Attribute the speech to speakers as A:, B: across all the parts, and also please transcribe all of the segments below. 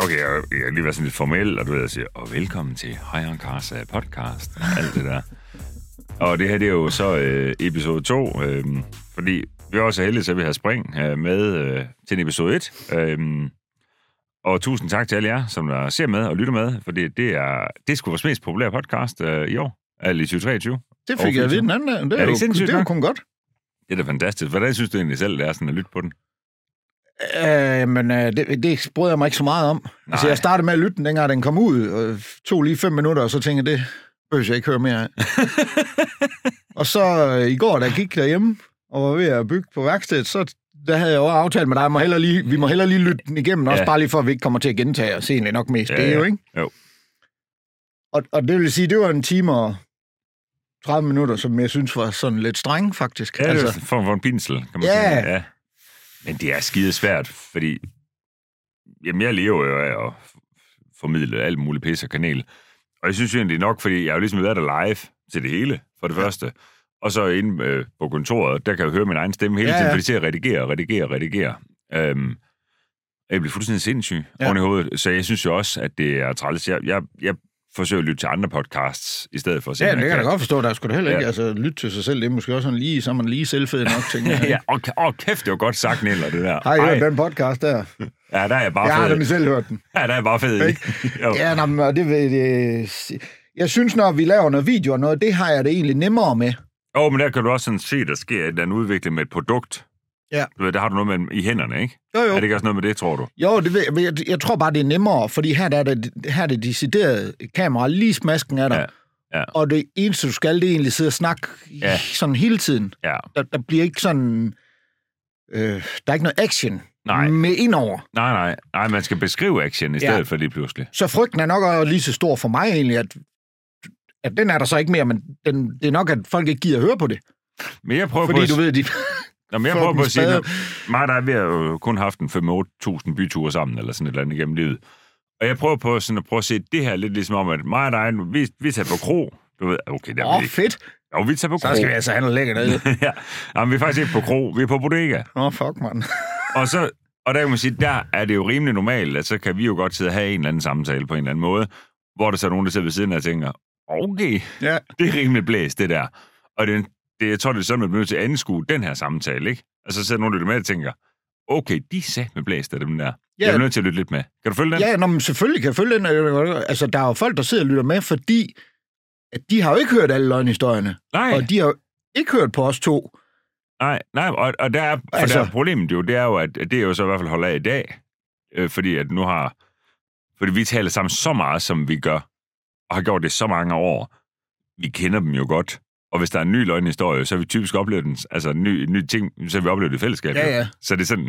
A: jeg kan lige være sådan lidt formel, og du ved, jeg siger, og velkommen til Højeren Karsa podcast, og alt det der. og det her, det er jo så øh, episode 2, øh, fordi vi er også heldige til, at vi har spring øh, med øh, til episode 1. Øh, og tusind tak til alle jer, som der ser med og lytter med, fordi det er, det skulle vores mest populære podcast øh, i år, eller i 2023.
B: Det fik jeg at vide den anden dag. Det er,
A: det
B: jo,
A: ikke sindssygt
B: det er jo
A: nok?
B: kun godt.
A: Det er da fantastisk. Hvordan synes du egentlig selv, det er sådan at lytte på den?
B: Øh, men øh, det, det bryder jeg mig ikke så meget om. Nej. Altså, jeg startede med at lytte den, dengang den kom ud, og tog lige fem minutter, og så tænkte jeg, det behøver jeg ikke høre mere af. og så øh, i går, da jeg gik derhjemme, og var ved at bygge på værkstedet, så der havde jeg jo aftalt med dig, må hellere lige, vi må hellere lige lytte den igennem, også
A: Ja.
B: bare lige for, at vi ikke kommer til at gentage os egentlig nok mest. Ja, det er jo, ikke?
A: Jo.
B: Og, og det vil sige, det var en time og 30 minutter, som jeg synes var sådan lidt streng, faktisk.
A: Ja, altså, det er jo sådan en form for en pinsel, kan man
B: Ja.
A: sige. Ja. Men det er skide svært, fordi jamen, jeg lever jo af at f- formidle alt muligt pis og kanel. Og jeg synes jo egentlig nok, fordi jeg har jo ligesom været der live til det hele, for det første. Og så inde øh, på kontoret, der kan jeg jo høre min egen stemme hele
B: Ja,
A: ja, tiden,
B: ja.
A: fordi jeg redigere og redigere og redigere. Øhm, jeg blev fuldstændig sindssyg
B: Ja.
A: ja. oven i hovedet, så jeg synes jo også, at det er træls. Jeg, jeg, jeg forsøger at lytte til andre podcasts, i stedet for at se,
B: Ja,
A: om
B: det kan jeg da godt forstå. Der skulle da heller ikke
A: Ja.
B: altså, lytte til sig selv. Det er måske også sådan lige, så er man lige selvfed nok, tænker jeg.
A: Ja, og, og kæft, det var godt sagt, Niller, det der.
B: Har I
A: Ej.
B: hørt den podcast der?
A: Ja, der er jeg bare
B: Jeg har
A: fed.
B: nemlig selv hørt den.
A: Ja, der er jeg bare fed. i. Jo.
B: Ja, nå, men, og det vil jeg sige. Jeg synes, når vi laver noget video og noget, det har jeg det egentlig nemmere med.
A: Jo, men der kan du også sådan se, der sker en eller anden udvikling med et produkt.
B: Ja.
A: Du ved, der har du noget med i hænderne, ikke?
B: Jo,
A: Er
B: jo.
A: det ikke også noget med det, tror du?
B: Jo, det ved, jeg, men jeg, jeg tror bare, det er nemmere, fordi her der er det, her er det decideret kamera, lige smasken er der.
A: Ja, ja.
B: Og det eneste, du skal, det er egentlig sidde og snakke ja.
A: Ja.
B: sådan hele tiden.
A: Ja.
B: Der, der bliver ikke sådan... Øh, der er ikke noget action
A: Nej.
B: med indover.
A: Nej, nej. Nej, man skal beskrive action i
B: Ja.
A: stedet for lige pludselig.
B: Så frygten er nok også lige så stor for mig egentlig, at, at den er der så ikke mere, men den, det er nok, at folk ikke gider at høre på det.
A: Men jeg prøver på
B: Fordi
A: at,
B: du ved, de...
A: Nå, men jeg
B: får
A: prøver på
B: dem
A: at sige,
B: spadet.
A: noget. mig og dig, vi har jo øh, kun haft en 5-8.000 byture sammen, eller sådan et eller andet igennem livet. Og jeg prøver på sådan at prøve at se det her lidt ligesom om, at mig og dig, nu- vi, vi tager på kro. Du ved, okay, der er
B: Åh,
A: vi
B: oh,
A: ikke.
B: fedt.
A: Jo, vi tager på kro.
B: Så skal vi altså have noget lækkert ned.
A: ja. Jamen, vi er faktisk ikke på kro, vi er på bodega.
B: Åh, oh, fuck, mand.
A: Og, så, og der kan man sige, der er det jo rimelig normalt, at så kan vi jo godt sidde og have en eller anden samtale på en eller anden måde, hvor der så er nogen, der sidder ved siden af og tænker, okay,
B: Ja.
A: det er rimelig blæst, det der. Og det, er en- det, jeg tror, det er sådan, man bliver nødt til at anskue den her samtale, ikke? Og så sidder nogen, der lytter med og tænker, okay, de sagde med blæst af dem der. Jeg er nødt til at lytte lidt med. Kan du følge den?
B: Ja, nå, men selvfølgelig kan jeg følge den. Altså, der er jo folk, der sidder og lytter med, fordi at de har jo ikke hørt alle løgnhistorierne.
A: Nej,
B: Og de har jo ikke hørt på os to.
A: nej, nej. Og, og der er, for
B: Altså-
A: altså... der er problemet jo, det er jo, at at det er jo så i hvert fald holder af i dag. Øh, fordi at nu har... Fordi vi taler sammen så meget, som vi gør, og har gjort det så mange år. Vi kender dem jo godt. Og hvis der er en ny løgnhistorie, så har vi typisk oplevet den, altså en ny, en ny ting, så har vi oplevet det i fællesskab.
B: Ja,
A: jo.
B: ja.
A: Så det er sådan,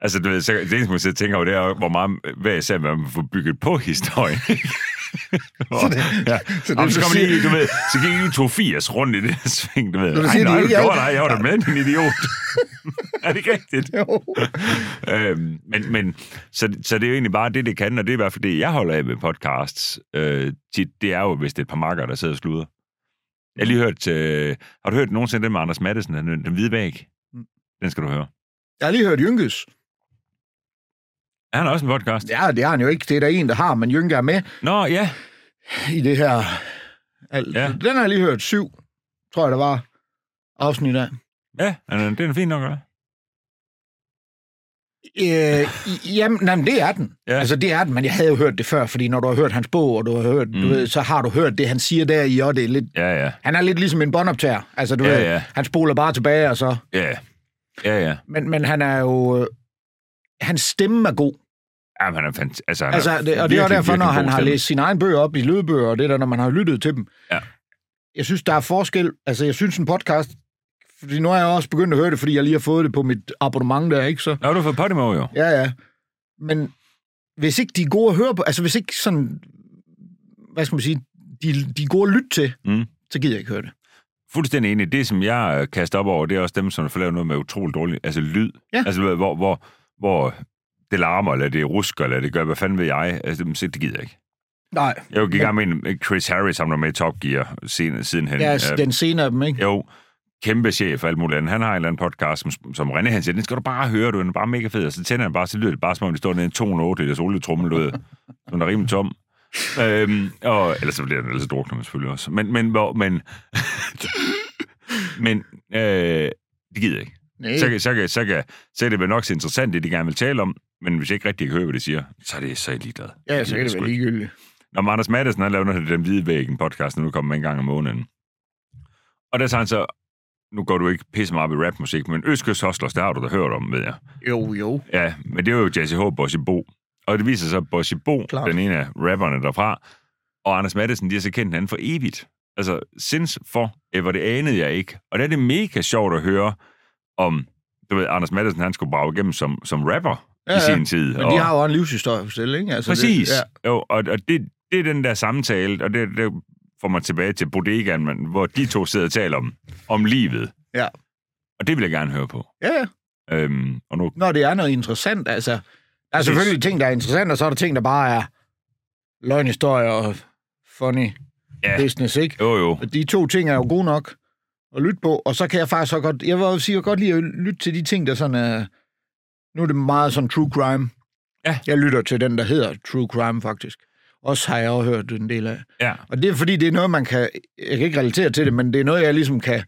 A: altså du ved, så, det eneste, man sidder og tænker over, det er jo, hvor meget hver især man får bygget på historien. så
B: det-
A: ja.
B: så
A: så, det,
B: det, ligesom-
A: Jamen,
B: du
A: så, kom
B: siger-
A: lige, du ved, så gik I 82 rundt i det her sving, du ved.
B: Når du
A: Ej,
B: siger, det
A: nej,
B: er
A: du
B: ikke
A: gjorde
B: alt-
A: dig, jeg var da med, din idiot. er det ikke rigtigt?
B: Jo.
A: øhm, men, men så, så det er jo egentlig bare det, det kan, og det er i hvert fald det, jeg holder af med podcasts. Øh, tit, det er jo, hvis det er et par makker, der sidder og sluder. Jeg har lige hørt, øh, har du hørt nogensinde den med Anders Madsen, den, den hvide bag?
B: Mm.
A: Den skal du høre.
B: Jeg har lige hørt Jynkes.
A: Er han også en podcast? Ja.
B: Ja, det har han jo ikke. Det er der en, der har, men Jynke er med
A: Nå, ja.
B: i det her. Alt. Ja.
A: Ja.
B: Den har jeg lige hørt syv, tror jeg, der var afsnit af.
A: Ja, den- den er fin nok, eller?
B: Øh, i- jamen, nej, men det er den. Ja.
A: Ja.
B: Altså, det er den, men jeg havde jo hørt det før, fordi når du har hørt hans bog, og du har hørt, mm. du
A: Mm.
B: ved, så har du hørt det, han siger der i, og det er lidt...
A: Ja, ja.
B: Han er lidt ligesom en båndoptager. Altså, du
A: Ja,
B: ved,
A: ja.
B: han spoler bare tilbage, og så...
A: Ja, ja. ja.
B: Men, men han er jo... Øh, hans stemme er god.
A: Jamen, han er fantastisk. Altså, han
B: Altså,
A: er
B: det, og det er jo
A: virkelig,
B: derfor, når
A: virkelig
B: han
A: god
B: har
A: stemme.
B: læst sine egne bøger op i lydbøger, og det der, når man har lyttet til dem.
A: Ja.
B: Jeg synes, der er forskel. Altså, jeg synes, en podcast... Fordi nu er jeg også begyndt at høre det, fordi jeg lige har fået det på mit abonnement der, ikke? Så
A: Nå, du har fået Podimo, jo.
B: Ja, ja. Men hvis ikke de er gode at høre på, altså hvis ikke sådan, hvad skal man sige, de, de er gode at lytte til,
A: Mm.
B: så gider jeg ikke høre det.
A: Fuldstændig enig. Det, som jeg øh, kaster op over, det er også dem, som får lavet noget med utroligt dårligt, altså lyd.
B: Ja.
A: Altså, hvor- hvor, hvor, hvor det larmer, eller det rusker, eller det gør, hvad fanden ved jeg. Altså, dem- det gider jeg ikke.
B: Nej.
A: Jeg gik i gang med en- Chris Harris, som var med i Top Gear siden, sidenhen.
B: Ja, altså,
A: Øh,
B: den senere af dem, ikke?
A: Jo, kæmpe chef og alt muligt andet. Han har en eller anden podcast, som, som René han siger, den skal du bare høre, du, den er bare mega fed. Og så tænder han bare, så lyder det bare, som om det står nede i en 208 liters olietrummel, du ved. Den er rimelig tom. øhm, og, eller så bliver den ellers drukner man selvfølgelig også. Men, men, hvor, men, men øh, det gider jeg ikke.
B: Nej.
A: Så, kan- så, kan, så, kan, så er det vel nok så interessant, det de gerne vil tale om, men hvis jeg ikke rigtig kan høre, hvad de siger, så er det så er jeg ligeglad.
B: Ja, så kan det
A: sgu
B: være
A: ikke.
B: ligegyldigt.
A: Når Anders Maddelsen, han laver noget af den hvide væggen podcast, nu kommer en gang om måneden. Og der sagde han så, nu går du ikke pisse meget op i rapmusik, men Østkyst Hustlers, der har du da hørt om, ved jeg.
B: Jo, jo.
A: Ja, men det var jo Jazzy H. og Bossy Bo. Og det viser sig, at Bossy Bo,
B: Klart.
A: den ene af rapperne derfra, og Anders Maddelsen, de har så kendt hinanden for evigt. Altså, since for ever, det anede jeg ikke. Og der er det mega sjovt at høre om, du ved, Anders Maddelsen, han skulle brage igennem som, som rapper ja,
B: Ja,
A: i
B: ja.
A: sin tid.
B: Men
A: og,
B: de har jo en livshistorie for selv, ikke? Altså,
A: Præcis.
B: Det, ja.
A: ja. jo, og, og det, det er den der samtale, og det, det får mig tilbage til bodegaen, men, hvor de to sidder og taler om, om livet.
B: Ja.
A: Og det vil jeg gerne høre på.
B: Ja, ja.
A: Øhm, og nu,
B: Når det er noget interessant, altså. Der er
A: Præcis.
B: selvfølgelig ting, der er interessant, og så er der ting, der bare er løgnhistorier og funny
A: Ja.
B: ja. business, ikke?
A: jo jo,
B: Og de to ting er jo gode nok at lytte på, og så kan jeg faktisk så godt, jeg vil også sige, jeg kan godt lide at lytte til de ting, der sådan er, nu er det meget sådan true crime.
A: Ja.
B: Jeg lytter til den, der hedder true crime, faktisk. Også har jeg også hørt en del af.
A: ja.
B: Og det er fordi, det er noget, man kan, jeg kan ikke relatere til det, men det er noget, jeg ligesom kan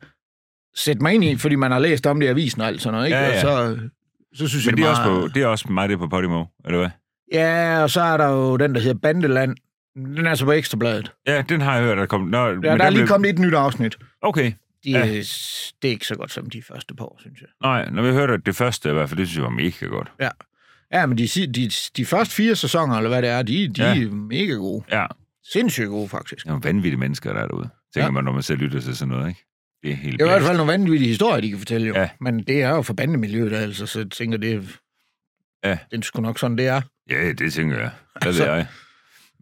B: sætte mig ind i, fordi man har læst om det i avisen og alt sådan noget, ikke?
A: Ja, ja.
B: Og så, så synes
A: Men
B: jeg,
A: det er,
B: meget...
A: også på, det er også mig, det er på Podimo, eller hvad?
B: Ja, og så er der jo den, der hedder Bandeland. Den er så på Ekstrabladet.
A: Ja, den har jeg hørt, der kom... Nå, men
B: Ja, der er
A: den
B: lige
A: blev-
B: kommet et nyt afsnit.
A: Okay,
B: De,
A: Ja.
B: ja. Det er ikke så godt som de første par år, synes jeg.
A: nej, når vi hørte det første i hvert fald, det synes jeg var mega godt.
B: Ja. Ja, men de, si- de, de første fire sæsoner, eller hvad det er, de, de
A: Ja.
B: ja. er mega gode.
A: Ja,
B: Sindssygt gode, faktisk.
A: det er nogle vanvittige mennesker, der er derude. Tænker ja.
B: Ja.
A: man, når man selv lytter til sådan noget, ikke? Det er helt
B: Det er i hvert
A: blæst.
B: fald nogle vanvittige historier, de kan fortælle jo.
A: Ja.
B: Ja. Men det er jo for bandemiljøet, altså, så jeg tænker, det,
A: Ja.
B: ja. det er sgu nok sådan, det er.
A: Ja, det tænker jeg. Det altså.
B: Altså.
A: ved jeg.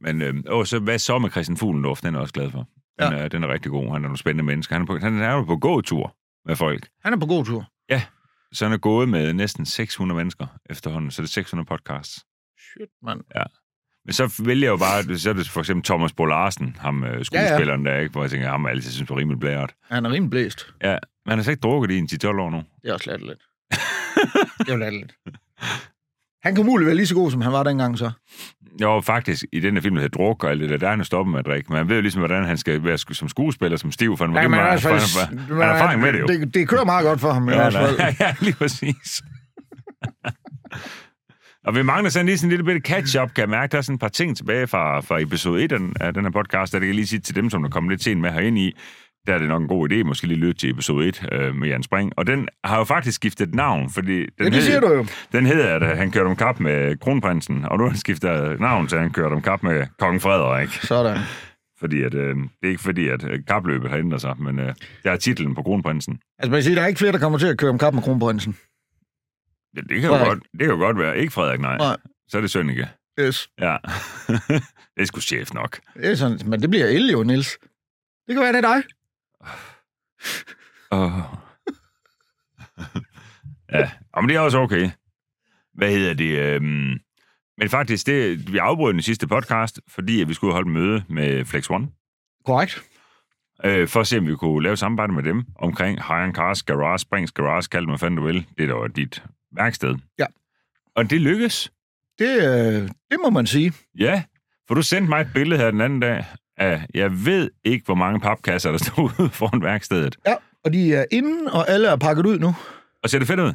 A: Men øh, åh, så hvad så med Christian Fuglendorf? Den er jeg også glad for. Den, ja. er, den er rigtig god. Han er nogle spændende mennesker. Han er, på, han er jo på gåtur med folk.
B: Han er på god tur.
A: Så han er gået med næsten 600 mennesker efterhånden. Så det er 600 podcasts.
B: Shit, mand.
A: Men så vælger jeg jo bare, så er det for eksempel Thomas Bo Larsen, ham øh, skuespilleren ja, ja. der, ikke? hvor jeg tænker, ham har jeg altid synes var rimelig blæret.
B: Han er rimelig blæst.
A: Ja, men han har slet ikke drukket i en 10-12 år nu.
B: Det er også lidt. det er jo lidt. Han kunne muligt være lige så god, som han var dengang så.
A: Jo, faktisk, i den her film, der hedder Druk og alt det der, der er han jo stoppet med at drikke. Men han ved jo ligesom, hvordan han skal være sku- som skuespiller, som stiv, for han,
B: Ja,
A: var
B: men
A: lige
B: i
A: meget-
B: hvert
A: for
B: fald-
A: han, var- han har erfaring med det jo.
B: Det, det kører meget godt for ham i hvert
A: Ja,
B: fald.
A: ja, ja, lige præcis. Og vi mangler sådan lige sådan en lille bitte catch-up, kan jeg mærke. Der er sådan et par ting tilbage fra, fra episode 1 af den, af den her podcast, der kan jeg lige sige til dem, som er kommet lidt sent med herind i, der er det nok en god idé, måske lige lytte til episode 1 øh, med Jan Spring. Og den har jo faktisk skiftet navn, fordi den
B: Ja, det
A: hed,
B: siger du jo.
A: Den hedder, at øh, han kørte om kap med kronprinsen, og nu har han skiftet navn til, at han kørte om kap med kong Frederik.
B: Sådan.
A: Fordi at, øh, det er ikke fordi, at øh, kapløbet har ændret sig, men øh, der er titlen på kronprinsen.
B: Altså, man kan sige, der er ikke flere, der kommer til at køre om kap med kronprinsen.
A: Ja, det, kan jo
B: Frederik.
A: godt, det kan jo godt være. Ikke Frederik, nej.
B: Nej.
A: Så er det Sønneke.
B: Yes.
A: Ja. det er sgu chef nok.
B: Det er sådan, men det bliver el jo, Niels. Det kan være, det er dig.
A: Oh. ja, og men det er også okay. Hvad hedder det? Øhm... Men faktisk, det, vi afbrød den sidste podcast, fordi at vi skulle holde et møde med Flex One,
B: Korrekt.
A: øh, for at se, om vi kunne lave et samarbejde med dem omkring Hayan Cars, Garage, Springs Garage, kald det, hvad fanden du vil. Det er da dit værksted.
B: Ja.
A: Og det lykkedes.
B: Det, øh, det må man sige.
A: Ja, for du sendte mig et billede her den anden dag af, jeg ved ikke, hvor mange papkasser, der stod ude foran værkstedet.
B: Ja, og de er inde, og alle er pakket ud nu.
A: Og ser det fedt ud?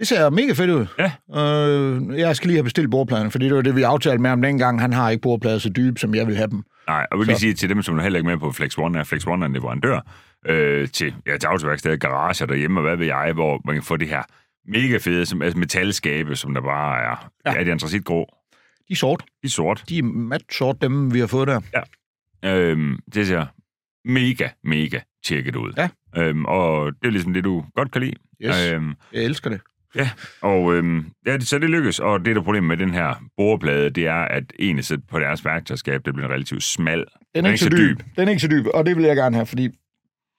B: Det ser mega fedt ud.
A: Ja.
B: Øh, jeg skal lige have bestilt bordpladen, for det var det, vi aftalte med ham dengang. Han har ikke bordplader så dybe, som jeg vil have dem.
A: Nej, og jeg vil lige
B: Så.
A: sige til dem, som er heller ikke med på Flex One, er Flex One er en leverandør øh, til, ja, til autoværksteder, garager derhjemme, og hvad ved jeg, hvor man kan få det her mega fede som, altså metalskabe, som der bare er. Ja,
B: Ja.
A: ja det er antracit grå
B: De er sort.
A: i sort.
B: De er mat sort, dem vi har fået der.
A: Øhm, det ser mega, mega tjekket ud.
B: Ja.
A: Øhm, og det er ligesom det, du godt kan lide.
B: Yes,
A: Øhm,
B: jeg elsker det.
A: Og øhm, ja, det- så det lykkes, og det der problem med den her boreplade, det er, at egentlig så på deres værktøjskab, det bliver relativt smal.
B: Den er ikke så dyb. Den er ikke så dyb, og det vil jeg gerne have, fordi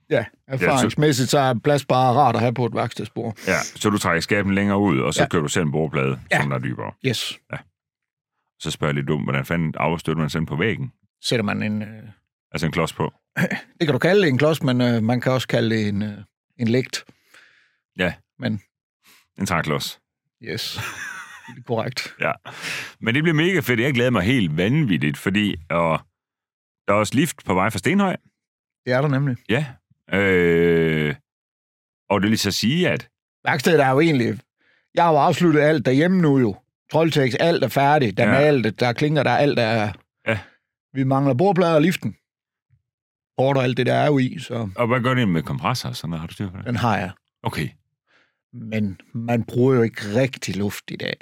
B: ja, erfaringsmæssigt så er plads bare rart at have på et værkstedsbord.
A: Ja, så du trækker skaben længere ud, og så ja.
B: Ja.
A: kører du selv en boreplade, ja.
B: Ja.
A: som der er dybere.
B: Yes.
A: Så spørger jeg lidt dumt, hvordan fanden afstøtter man sådan på væggen?
B: Sætter man en... Øh,
A: Altså en klods på.
B: det kan du kalde det en klods, men øh, man kan også kalde det en, øh, en lægt.
A: Ja.
B: Men
A: En træklods.
B: yes, det er korrekt.
A: Ja. Men det bliver mega fedt. Jeg glæder mig helt vanvittigt, fordi og der er også lift på vej fra Stenhøj.
B: Det er der nemlig.
A: Ja. Øh, og det vil så sige, at
B: Værkstedet er jo egentlig... Jeg har jo afsluttet alt derhjemme nu jo. Trolltekst, alt er færdigt. Der er
A: Ja.
B: malet, der er klinker, der er alt, der er...
A: Ja.
B: Vi mangler bordplader og liften. Hårdt og alt det, der er jo i, så
A: og hvad gør det med kompressor og sådan noget? Har du styr på det?
B: den har jeg.
A: Okay.
B: Men man bruger jo ikke rigtig luft i dag.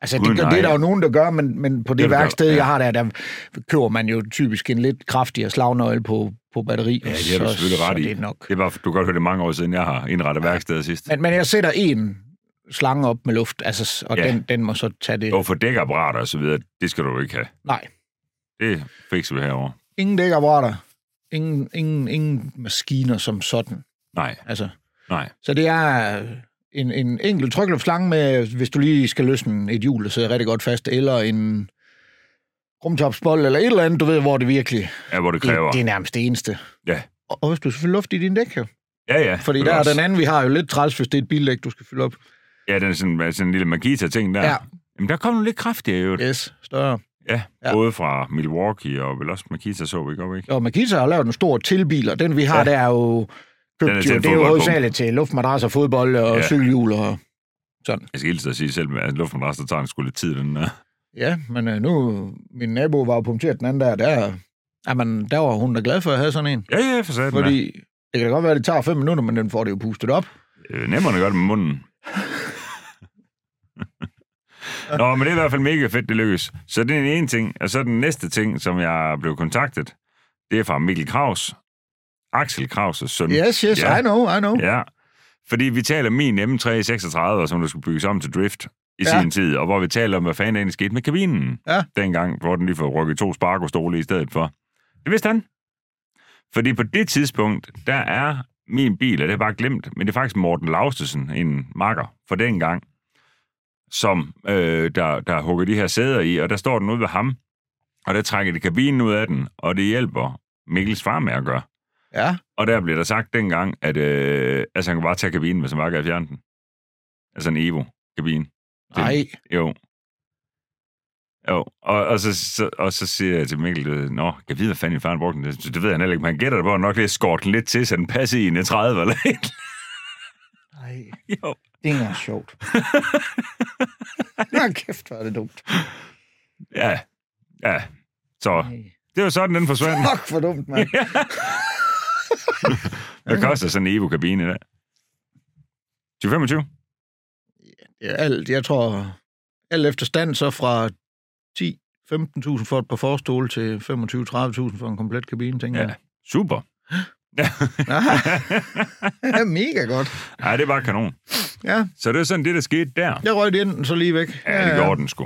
B: Altså,
A: Gud,
B: det, gør,
A: nej.
B: det er der jo nogen, der gør, men, men på det,
A: Det er
B: det
A: der-
B: værksted,
A: ja.
B: jeg har der, der køber man jo typisk en lidt kraftigere slagnøgle på, på batteri.
A: Ja, det har du
B: så-
A: selvfølgelig ret
B: så
A: i.
B: Det er nok.
A: Det er bare, du kan godt høre det er mange år siden, jeg har indrettet ja. værkstedet sidst.
B: Men, men jeg sætter en slange op med luft, altså, og
A: Ja.
B: ja. den, den må så tage det.
A: Og for dækapparater og så videre, det skal du jo ikke have.
B: Nej,
A: Det fikser vi herovre.
B: ingen dækapparater. Ingen, ingen, ingen maskiner som sådan.
A: Nej,
B: Altså,
A: nej.
B: så det er øh, en, en enkelt trykluftslange med, hvis du lige skal løsne et hjul, der sidder rigtig godt fast, eller en rumtopsbold, eller et eller andet, du ved, hvor det virkelig
A: Ja, hvor det
B: det,
A: kræver.
B: det er nærmest det eneste.
A: Ja.
B: Og, og hvis du skal fylde luft i din dæk, jo.
A: Ja, ja.
B: Fordi
A: det
B: der er
A: også-
B: den anden, vi har jo lidt træls, hvis det er et bildæk, du skal fylde op.
A: Ja, den er sådan, med sådan en lille Magita-ting der.
B: Ja.
A: Jamen, der kom nogle lidt kraftigere jo. Ja.
B: Yes, større.
A: ja.
B: Ja.
A: Både fra Milwaukee og vel også Makita så vi godt, ikke?
B: Og Makita har lavet en stor tilbil, og den vi har
A: Ja.
B: ja. der er jo købt,
A: Den er
B: er
A: til
B: jo,
A: en
B: det er jo
A: fodboldpumpe.
B: hovedsageligt til luftmadrasser, fodbold og
A: Ja.
B: ja. cykelhjul og sådan.
A: Altså, Jeg skal hilse at sige selv, at luftmadras, der tager en skulle lidt tid, den der.
B: Ja, men øh, nu, min nabo var jo punkteret den anden der, der, jamen, der var hun da glad for at have sådan en.
A: Ja, ja, for satan. Fordi...
B: Fordi det kan da godt være, at det tager fem minutter, men den får det jo pustet op.
A: Øh, nemmere end at gøre det med munden. Nå, men det er i hvert fald mega fedt, det lykkes. Så det er den ene ting. Og så den næste ting, som jeg blev kontaktet, det er fra Mikkel Kraus. Axel Kraus' søn.
B: Yes, yes,
A: Ja.
B: yeah. I know, I know.
A: Ja, fordi vi taler min M336, som der skulle bygges om til drift i ja.
B: Ja.
A: sin tid, og hvor vi taler om, hvad fanden der egentlig skete med kabinen
B: Ja.
A: dengang, hvor den lige får rykket to Spargo-stole i stedet for. Det vidste han. Fordi på det tidspunkt, der er min bil, og det har jeg bare glemt, men det er faktisk Morten Laustesen, en makker for dengang, som øh, der, der hugger de her sæder i, og der står den ude ved ham, og der trækker de kabinen ud af den, og det hjælper Mikkels far med at gøre.
B: Ja.
A: Og der blev der sagt dengang, at øh, altså, han kunne bare tage kabinen, hvis han bare gav fjerne den. Altså en Evo-kabine.
B: Nej,
A: Jo. Jo, og, og, så, så, og så siger jeg til Mikkel, øh, Nå, jeg ved, hvad fanden din far han brugte den. Det, det ved han heller ikke, men han gætter det på, at han nok lige skåret den lidt til, så den passer i en 30 eller et.
B: nej,
A: Jo.
B: det er ikke engang sjovt. Nå, kæft, hvor er det dumt.
A: Ja, ja. Så
B: Nej.
A: det var sådan, den forsvandt.
B: Fuck, hvor dumt, mand.
A: Hvad koster sådan en Evo-kabine i dag? 20-25?
B: Ja, alt, jeg tror, alt efter stand, så fra 10-15.000 for et par forstole til 25-30.000 for en komplet kabine, tænker
A: Ja.
B: jeg.
A: Super.
B: Ja, mega godt.
A: Nej, det er bare kanon.
B: Ja,
A: Så det er sådan det, der skete der.
B: jeg røg det ind, så lige væk.
A: Ja, det gjorde den sgu.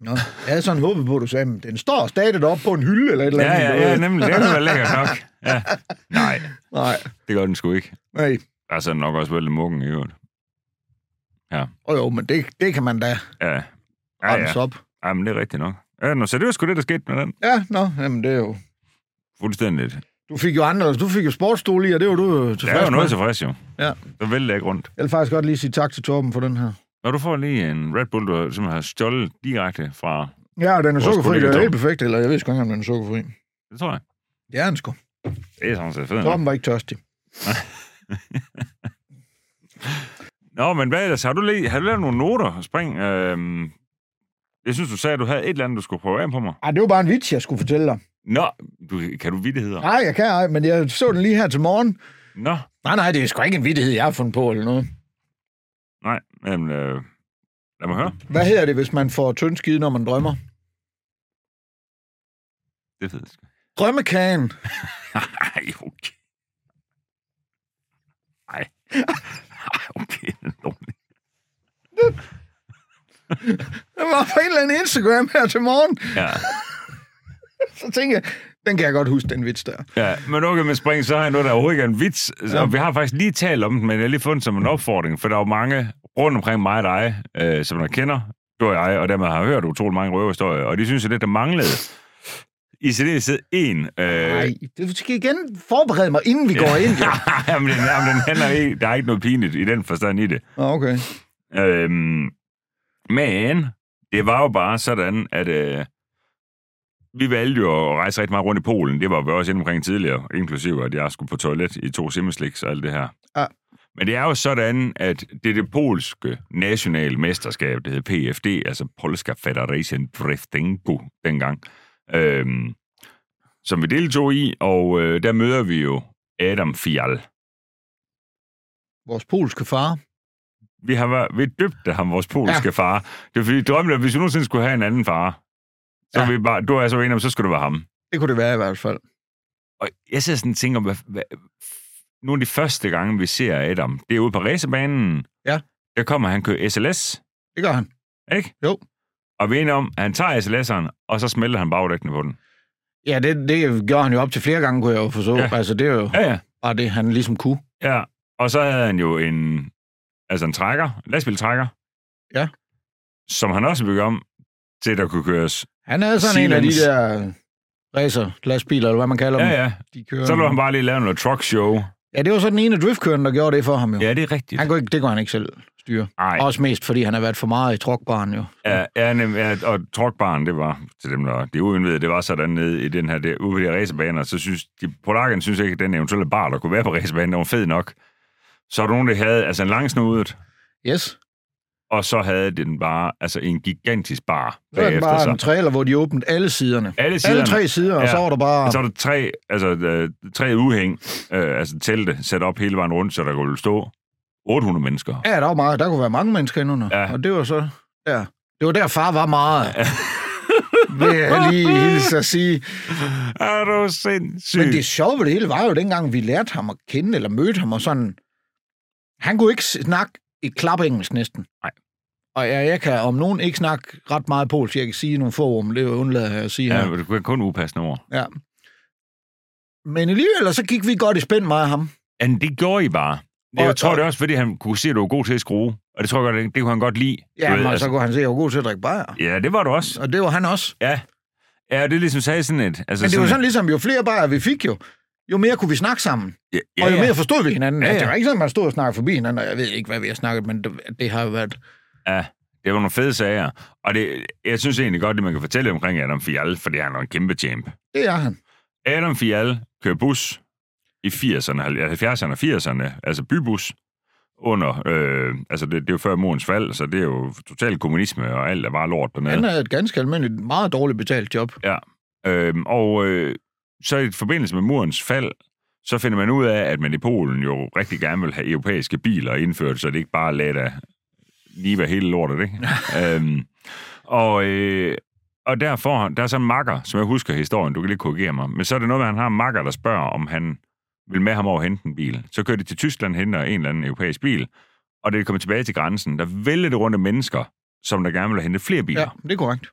B: Nå, jeg havde sådan håbet på, at du sagde, "Men den står stadig op på en hylde eller et eller
A: Ja,
B: andet.
A: ja,
B: du ved."
A: ja, nemlig. Det kunne være lækkert nok. Ja. Nej,
B: Nej,
A: det gør den sgu ikke.
B: nej.
A: Altså, den er nok også vel mukken i øvrigt.
B: Oh, jo, men det, det kan man da
A: Ja. Ja, ja.
B: rense op.
A: Jamen, det er rigtigt nok. Ja, nå, så det var sgu det, der skete med den.
B: Ja, nå, jamen det er jo...
A: Fuldstændigt.
B: Du fik jo andre, du fik jo sportsstol i, og det var du jo
A: Det er jo
B: tilfreds
A: noget
B: med.
A: tilfreds, jo.
B: Ja.
A: Så vælger jeg ikke rundt.
B: Jeg vil faktisk godt lige sige tak til Torben for den her.
A: Når du får lige en Red Bull, du simpelthen har stjålet direkte fra...
B: Ja, og den er
A: Vores
B: sukkerfri,
A: kollega
B: det er helt
A: Torben.
B: perfekt, eller jeg ved sgu ikke, om den er sukkerfri.
A: Det tror jeg.
B: Det er den sgu.
A: Det er sådan set fedt. nok.
B: Torben var ikke tørstig.
A: Nå, men hvad ellers? Har du, lige, har du lavet nogle noter? Spring. Øhm, jeg synes, du sagde, at du havde et eller andet, du skulle prøve af på mig.
B: Ej, det var bare en vits, jeg skulle fortælle dig.
A: Nå, du, kan du vidtigheder?
B: Nej, jeg kan ej, men jeg så den lige her til morgen.
A: Nå,
B: Nej, nej, det er sgu ikke en vittighed, jeg har fundet på eller noget.
A: nej. Jamen, øh, lad mig høre.
B: Hvad hedder det, hvis man får tynd skide, når man drømmer?
A: Det ved jeg sgu.
B: Drømmekagen.
A: Ej, okay. Ej. Ej, okay. den er dårlig.
B: Den var på en eller anden Instagram her til morgen.
A: Ja.
B: Så tænkte jeg, den kan jeg godt huske, den vits der.
A: ja. Men okay, men spring, så har jeg noget, der overhovedet ikke er en vits. Ja.
B: Ja.
A: Og vi har faktisk lige talt om den, men jeg har lige fundet den som en opfordring, for der er jo mange rundt omkring mig og dig, øh, som der kender, du og jeg, og dem, der har hørt utrolig mange røverhistorier, og de synes jo, det der manglede I særdeleshed en. Øh,
B: Nej, du skal igen forberede mig, inden vi går ind. jo.
A: jamen, den, jamen, den handler ikke, der er ikke noget pinligt i den forstand i det.
B: Nå, okay.
A: Øhm, men det var jo bare sådan, at øh, vi valgte jo at rejse rigtig meget rundt i Polen. Det var vi også inde omkring tidligere, inklusive at jeg skulle på toilet i to simmelsliks og alt det her.
B: Ja.
A: Men det er jo sådan, at det er det polske nationale mesterskab, det hed PFD, altså Polska Federation Driftingu dengang, øhm, som vi deltog i, og øh, der møder vi jo Adam Fial.
B: Vores polske far.
A: vi har været, vi døbte ham vores polske ja. far. Det er fordi, drømmen er, at hvis vi nogensinde skulle have en anden far, så
B: Ja.
A: ja. vi bare, du er så enig om, så skulle det være ham.
B: Det kunne det være i hvert fald.
A: Og jeg sidder sådan og tænker, hvad, hvad, nogle af de første gange, vi ser Adam, det er ude på racerbanen.
B: Ja.
A: Der kommer han kører SLS,
B: Det gør han.
A: ikke?
B: Jo.
A: Og vi er enige om, at han tager SLS'eren, og så smelter han bagdækkene på den.
B: Ja, det, det gjorde han jo op til flere gange, kunne jeg jo forstå. Ja.
A: Ja.
B: Altså, det er jo
A: Ja, ja.
B: bare det, han ligesom kunne.
A: Ja, og så havde han jo en, altså en trækker, en lastbiltrækker.
B: Ja.
A: Som han også byggede om til, at der kunne køres.
B: Han havde sådan en af de
A: Siemens.
B: der racer, lastbiler, eller hvad man kalder
A: Ja,
B: dem.
A: ja.
B: De kører...
A: Så lå han bare lige lave noget truckshow.
B: Ja, det var så den ene driftkørende, der gjorde det for ham jo.
A: Ja, det er rigtigt.
B: Han kunne ikke, det kunne han ikke selv styre.
A: Nej,
B: Ej. Også mest, fordi han har været for meget i trokbaren jo.
A: ja, ja, nem, ja, og trokbaren, det var til dem, der det uden ved, det var sådan nede i den her, der, ude på de her racerbaner, så synes de, polakkerne synes ikke, at den eventuelle bar, der kunne være på racerbanen, den var fed nok. Så er der nogen, der havde altså en langsnudet,
B: Yes.
A: og så havde den bare altså en gigantisk bar
B: Så var det
A: bagefter
B: bare
A: sig.
B: en trailer, hvor de åbnede alle siderne.
A: Alle
B: Alle
A: siderne,
B: tre sider, ja. og
A: Ja.
B: så var der bare...
A: og så var der tre, altså, øh, tre uhæng, øh, altså telte, sat op hele vejen rundt, så der kunne stå 800 mennesker.
B: Ja, der var meget. Der kunne være mange mennesker indenunder. Ja.
A: Ja.
B: Og det var så... Ja. Det var der, far var meget. Ja. Vil jeg lige hilse at sige.
A: Er du sindssyg?
B: Men det sjove ved det hele var jo, dengang vi lærte ham at kende, eller mødte ham og sådan... Han kunne ikke snakke et klap engelsk næsten.
A: Nej.
B: Og jeg, jeg kan om nogen ikke snakke ret meget polsk. Jeg kan sige nogle få ord, men det undlader jeg at sige
A: Ja,
B: her.
A: men det kunne kun upassende ord.
B: Ja. Men alligevel, så gik vi godt i spænd mig og ham.
A: Ja, men det gjorde I bare. Det,
B: Og-
A: jeg tror,
B: og-
A: det er også, fordi han kunne se, at du var god til at skrue. Og det tror jeg godt, det, det kunne han godt lide. Du
B: Ja, men altså, så
A: altså,
B: kunne han se, at jeg var god til at drikke bajer.
A: ja, det var du også.
B: Og det var han også.
A: Ja. Ja, det er ligesom sagde sådan et... Altså
B: Men det var sådan
A: et-
B: ligesom, jo flere bajer vi fik jo, jo mere kunne vi snakke sammen.
A: Ja,
B: Ja, og jo
A: ja,
B: mere
A: ja.
B: forstod vi hinanden. Ja,
A: Ja,
B: ja. Altså, det
A: ja.
B: var ikke sådan, at man stod og snakkede forbi hinanden, og jeg ved ikke, hvad vi har snakket, men det, det har jo været...
A: ja, det var nogle fede sager. Og det, jeg synes egentlig godt, det man kan fortælle omkring Adam Fial, fordi han er en kæmpe champ.
B: Det er han.
A: Adam Fial kører bus i 80'erne, hal- 70'erne og 80'erne, altså bybus, under, øh, altså det, det er jo før murens fald, så det er jo total kommunisme og alt er bare lort dernede.
B: Han havde et ganske almindeligt, meget dårligt betalt job.
A: Øhm, og øh, så i forbindelse med murens fald, så finder man ud af, at man i Polen jo rigtig gerne vil have europæiske biler indført, så det ikke bare lader da lige være hele lortet, ikke? øhm, og, øh, og derfor, der er så en makker, som jeg husker historien, du kan lige korrigere mig, men så er det noget med, at han har en makker, der spørger, om han vil med ham over og hente en bil. Så kører de til Tyskland, henter en eller anden europæisk bil, og det kommer tilbage til grænsen. Der vælger det rundt af mennesker, som der gerne vil hente flere biler.
B: Ja, det er korrekt.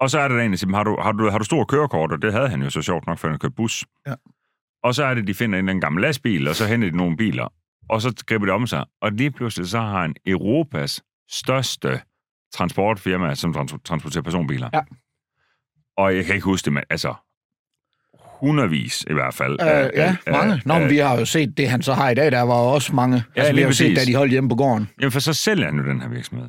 A: Og så er det der en, der siger, har du, har, du, har du stor kørekort? Og det havde han jo så sjovt nok, før han kørte bus.
B: Ja.
A: Og så er det, de finder en eller anden gammel lastbil, og så henter de nogle biler. Og så griber det om sig. Og lige pludselig så har han Europas største transportfirma, som trans- transporterer personbiler.
B: Ja.
A: Og jeg kan ikke huske det, men altså hundredvis i hvert fald.
B: Øh,
A: af-
B: ja,
A: af-
B: mange. Nå,
A: af-
B: men vi har jo set det, han så har i dag. Der var jo også mange. Ja, altså, vi
A: lige
B: har jo set,
A: præcis.
B: da de holdt hjemme på gården.
A: Jamen, for så sælger han jo den her virksomhed.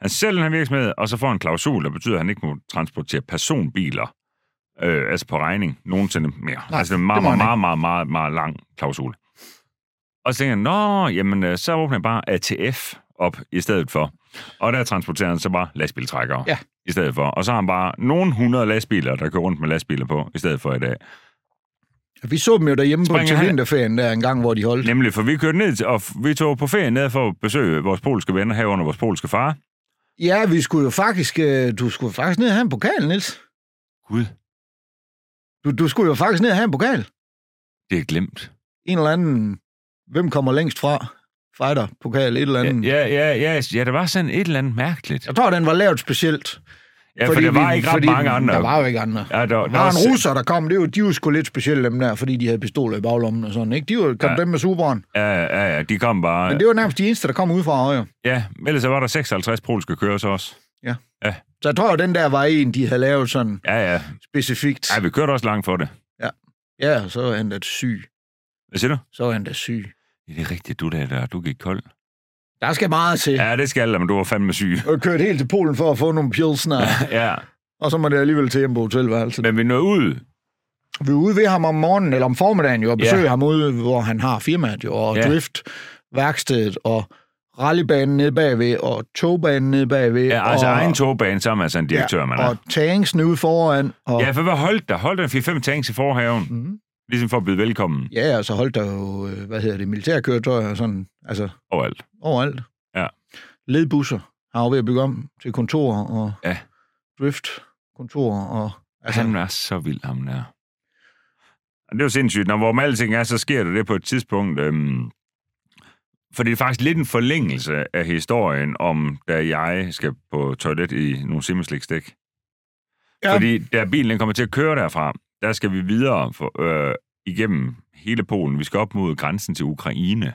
A: Han sælger den her virksomhed, og så får han en klausul, der betyder, at han ikke må transportere personbiler, øh, altså på regning, nogensinde mere.
B: Nej,
A: Nej, altså, det er en meget,
B: det må
A: meget,
B: han
A: meget, meget, meget, meget lang klausul. Og så tænker han, nå, jamen, øh, så åbner jeg bare ATF op i stedet for. Og der transporterer han så bare lastbiltrækkere
B: Ja.
A: i stedet for. Og så har han bare nogle hundrede lastbiler, der kører rundt med lastbiler på, i stedet for i dag.
B: Mm. Vi så dem jo derhjemme på,
A: Springer
B: til
A: han-
B: vinterferien der en gang, hvor de holdt.
A: Nemlig, for vi kørte ned, til- og f- vi tog på ferie ned for at besøge vores polske venner herunder vores polske far.
B: Ja, vi skulle jo faktisk... øh, Du skulle faktisk ned og have en pokal, Niels.
A: Gud,
B: Du, du skulle jo faktisk ned og have en pokal.
A: det er glemt.
B: En eller anden... Hvem kommer længst fra? Fighter-pokal, et eller andet.
A: Ja, ja, ja, ja, der var sådan et eller andet mærkeligt.
B: Jeg tror, den var lavet specielt.
A: Ja, for der var
B: vi-
A: ikke ret
B: fordi
A: mange andre.
B: Der var jo ikke andre.
A: ja, der, der,
B: Der var en
A: var-
B: russer, der kom. Det var, de var sgu lidt specielle, dem der, fordi de havde pistoler i baglommen og sådan, ikke? De var, kom ja.
A: Ja.
B: dem med Superen.
A: Ja, ja, ja, de kom bare.
B: Men det var nærmest de eneste, der kom udefra, jo.
A: Ja, ellers så var der 56 polske kører så også.
B: Ja.
A: ja.
B: Så jeg tror, at den der var en, de havde lavet sådan
A: Ja, ja.
B: specifikt.
A: Ej, vi kørte også langt for det.
B: Ja, og så var han da syg.
A: Hvad siger du?
B: Så var han da syg.
A: Ja, det er rigtigt, du der, der. Du gik kold.
B: Der skal meget til.
A: Ja, det skal der, men du var fandme syg.
B: Og kørt helt til Polen for at få nogle pilsner.
A: ja,
B: og så må det alligevel til hjem på hotelværelset.
A: men vi nåede ud.
B: Vi er ude ved ham om morgenen, eller om formiddagen jo, og
A: Ja.
B: besøger yeah. ham ude, hvor han har firmaet jo, og
A: Ja.
B: yeah. drift, værkstedet, og rallybanen nede bagved, og togbanen nede bagved,
A: Ja, altså
B: og,
A: og... egen togbane, som altså en direktør, ja, man er.
B: og tanksene ude foran, og
A: Ja, for hvad holdt der? Holdt der 4-5 tanks i forhaven?
B: Mhm.
A: Ligesom for at byde velkommen
B: ja, og så holdt der jo, øh, hvad hedder det, militærkøretøjer og sådan, altså
A: overalt.
B: overalt.
A: Ja.
B: Ledbusser har jo ved at bygge om til kontorer og
A: Ja.
B: driftkontorer, og
A: Altså...
B: altså,
A: Han er så vild, ham der. Og det er jo sindssygt. Når hvor alting er, så sker der det på et tidspunkt. Øhm, for det er faktisk lidt en forlængelse af historien om, da jeg skal på toilet i nogle simmelslikstik.
B: Ja.
A: Ja. Fordi da bilen den kommer til at køre derfra, der skal vi videre for, øh, igennem hele Polen. Vi skal op mod grænsen til Ukraine.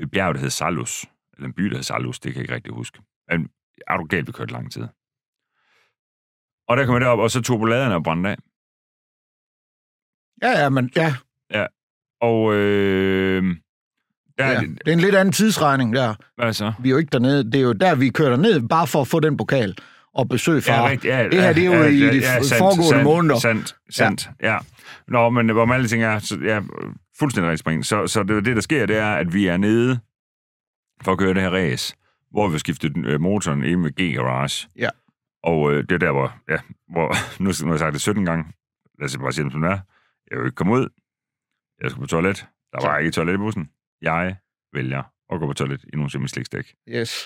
A: Et bjerg, der hedder Salus. Eller en by, der hedder Salus, det kan jeg ikke rigtig huske. Men er du galt, vi kørte lang tid. Og der kom jeg derop, og så turboladen er brændt af.
B: ja, ja, men ja,
A: Og øh, der,
B: ja,
A: ja.
B: det er en lidt anden tidsregning der.
A: hvad så?
B: vi er jo ikke dernede. Det er jo der, vi kører derned, bare for at få den pokal og besøge far.
A: rigtig- ja,
B: det her, det er jo i de foregående
A: sandt,
B: måneder.
A: Sandt, sandt, ja. ja. Nå, men øh, hvor man alting er, så, ja, fuldstændig rigtig spring. Så, så det, det, der sker, det er, at vi er nede for at køre det her race, hvor vi har skiftet øh, motoren i med G-Garage.
B: Ja.
A: Og øh, det er der, hvor, ja, hvor nu, nu har jeg sagt det 17 gange. Lad os bare sige, det, som det er. Jeg vil ikke komme ud. Jeg skal på toilet. Der var ikke et toilet i bussen. Jeg vælger at gå på toilet i nogle slikstik.
B: Yes.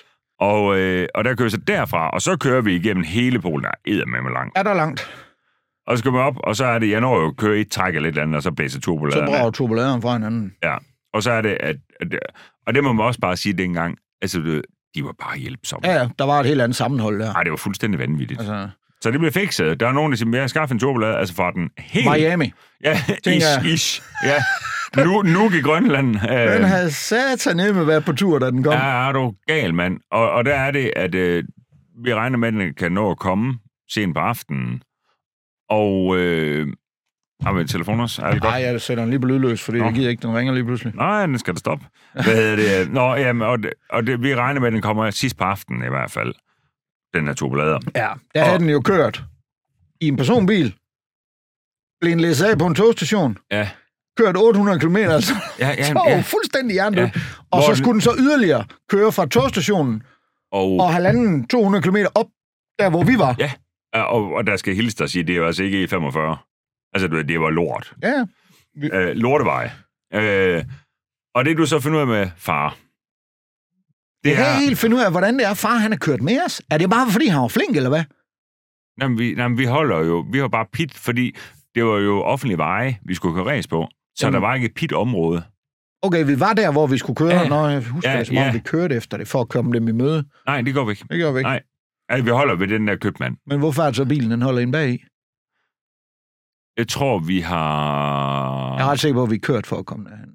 A: Og, øh, og der kører vi så derfra, og så kører vi igennem hele Polen. Der er med langt.
B: Er der langt,
A: Og så skal man op, og så er det, jeg når jo at køre et træk eller et eller andet, og så blæser
B: så
A: turboladerne.
B: brager turbuladeren fra hinanden.
A: Og så er det, at, at det- og det må man også bare sige dengang, altså du ved, de var bare hjælpsomme.
B: Ja,
A: Ja.
B: ja, der var et helt andet sammenhold der.
A: Ej, det var fuldstændig vanvittigt. Altså.
B: Altså,
A: Så det blev fikset. Der er nogen, der siger, at jeg skaffe en turbolade, altså fra den helt...
B: Miami.
A: Ja,
B: tænker
A: ish,
B: jeg.
A: ish. Ja. Nu, nu i Grønland.
B: Den
A: Øh,
B: havde sataneme været på tur, da den kom. Ja.
A: Ja, er du gal, mand. Og, og der er det, at øh, vi regner med, at den kan nå at komme sent på aftenen. Og... Øh, har vi en telefon også? Er det godt?
B: Nej, jeg sætter den lige på lydløs, fordi
A: Nå.
B: jeg gider ikke, den ringer lige pludselig.
A: Nej, den skal da stoppe. Hvad hedder det? Nå, jamen, og, det, og det, vi regner med, at den kommer sidst på aftenen i hvert fald. Den her turbolader.
B: Ja, der
A: Og-
B: havde den jo kørt i en personbil. Blev en læs af på en togstation.
A: Ja.
B: Kørt 800 km, altså.
A: Ja, ja,
B: Tog,
A: ja.
B: fuldstændig hjernet.
A: Ja.
B: Ja. Og
A: Hvor
B: så
A: den-
B: skulle den så yderligere køre fra togstationen
A: Og,
B: og halvanden 200 km op, der hvor vi var.
A: Ja. og, og der skal jeg hilse dig og sige, det er jo altså ikke E45. Altså, du ved, det var lort.
B: Ja, ja.
A: Øh, lortevej. Øh, og det, du så finder ud af med far, det
B: Jeg kan
A: er...
B: ikke helt finde ud af, hvordan det er, far han har kørt med os. Er det bare, fordi han var flink, eller hvad?
A: Jamen, vi, jamen, vi holder jo... Vi har bare pit, fordi det var jo offentlige veje, vi skulle køre ræs på. Så
B: Jamen.
A: der var ikke et pit-område.
B: Okay, vi var der, hvor vi skulle køre.
A: Ja.
B: Ja. Nå, jeg husker
A: Ja,
B: ja, som om
A: ja.
B: vi kørte efter det, for at komme dem i møde.
A: Nej, det går vi ikke.
B: Det gør vi ikke.
A: Nej. Altså, vi holder ved den der købmand.
B: Men hvorfor er det så bilen, den holder ind bag i?
A: Jeg tror, vi har...
B: Jeg er ret sikker på, at vi kørte for at komme derhen.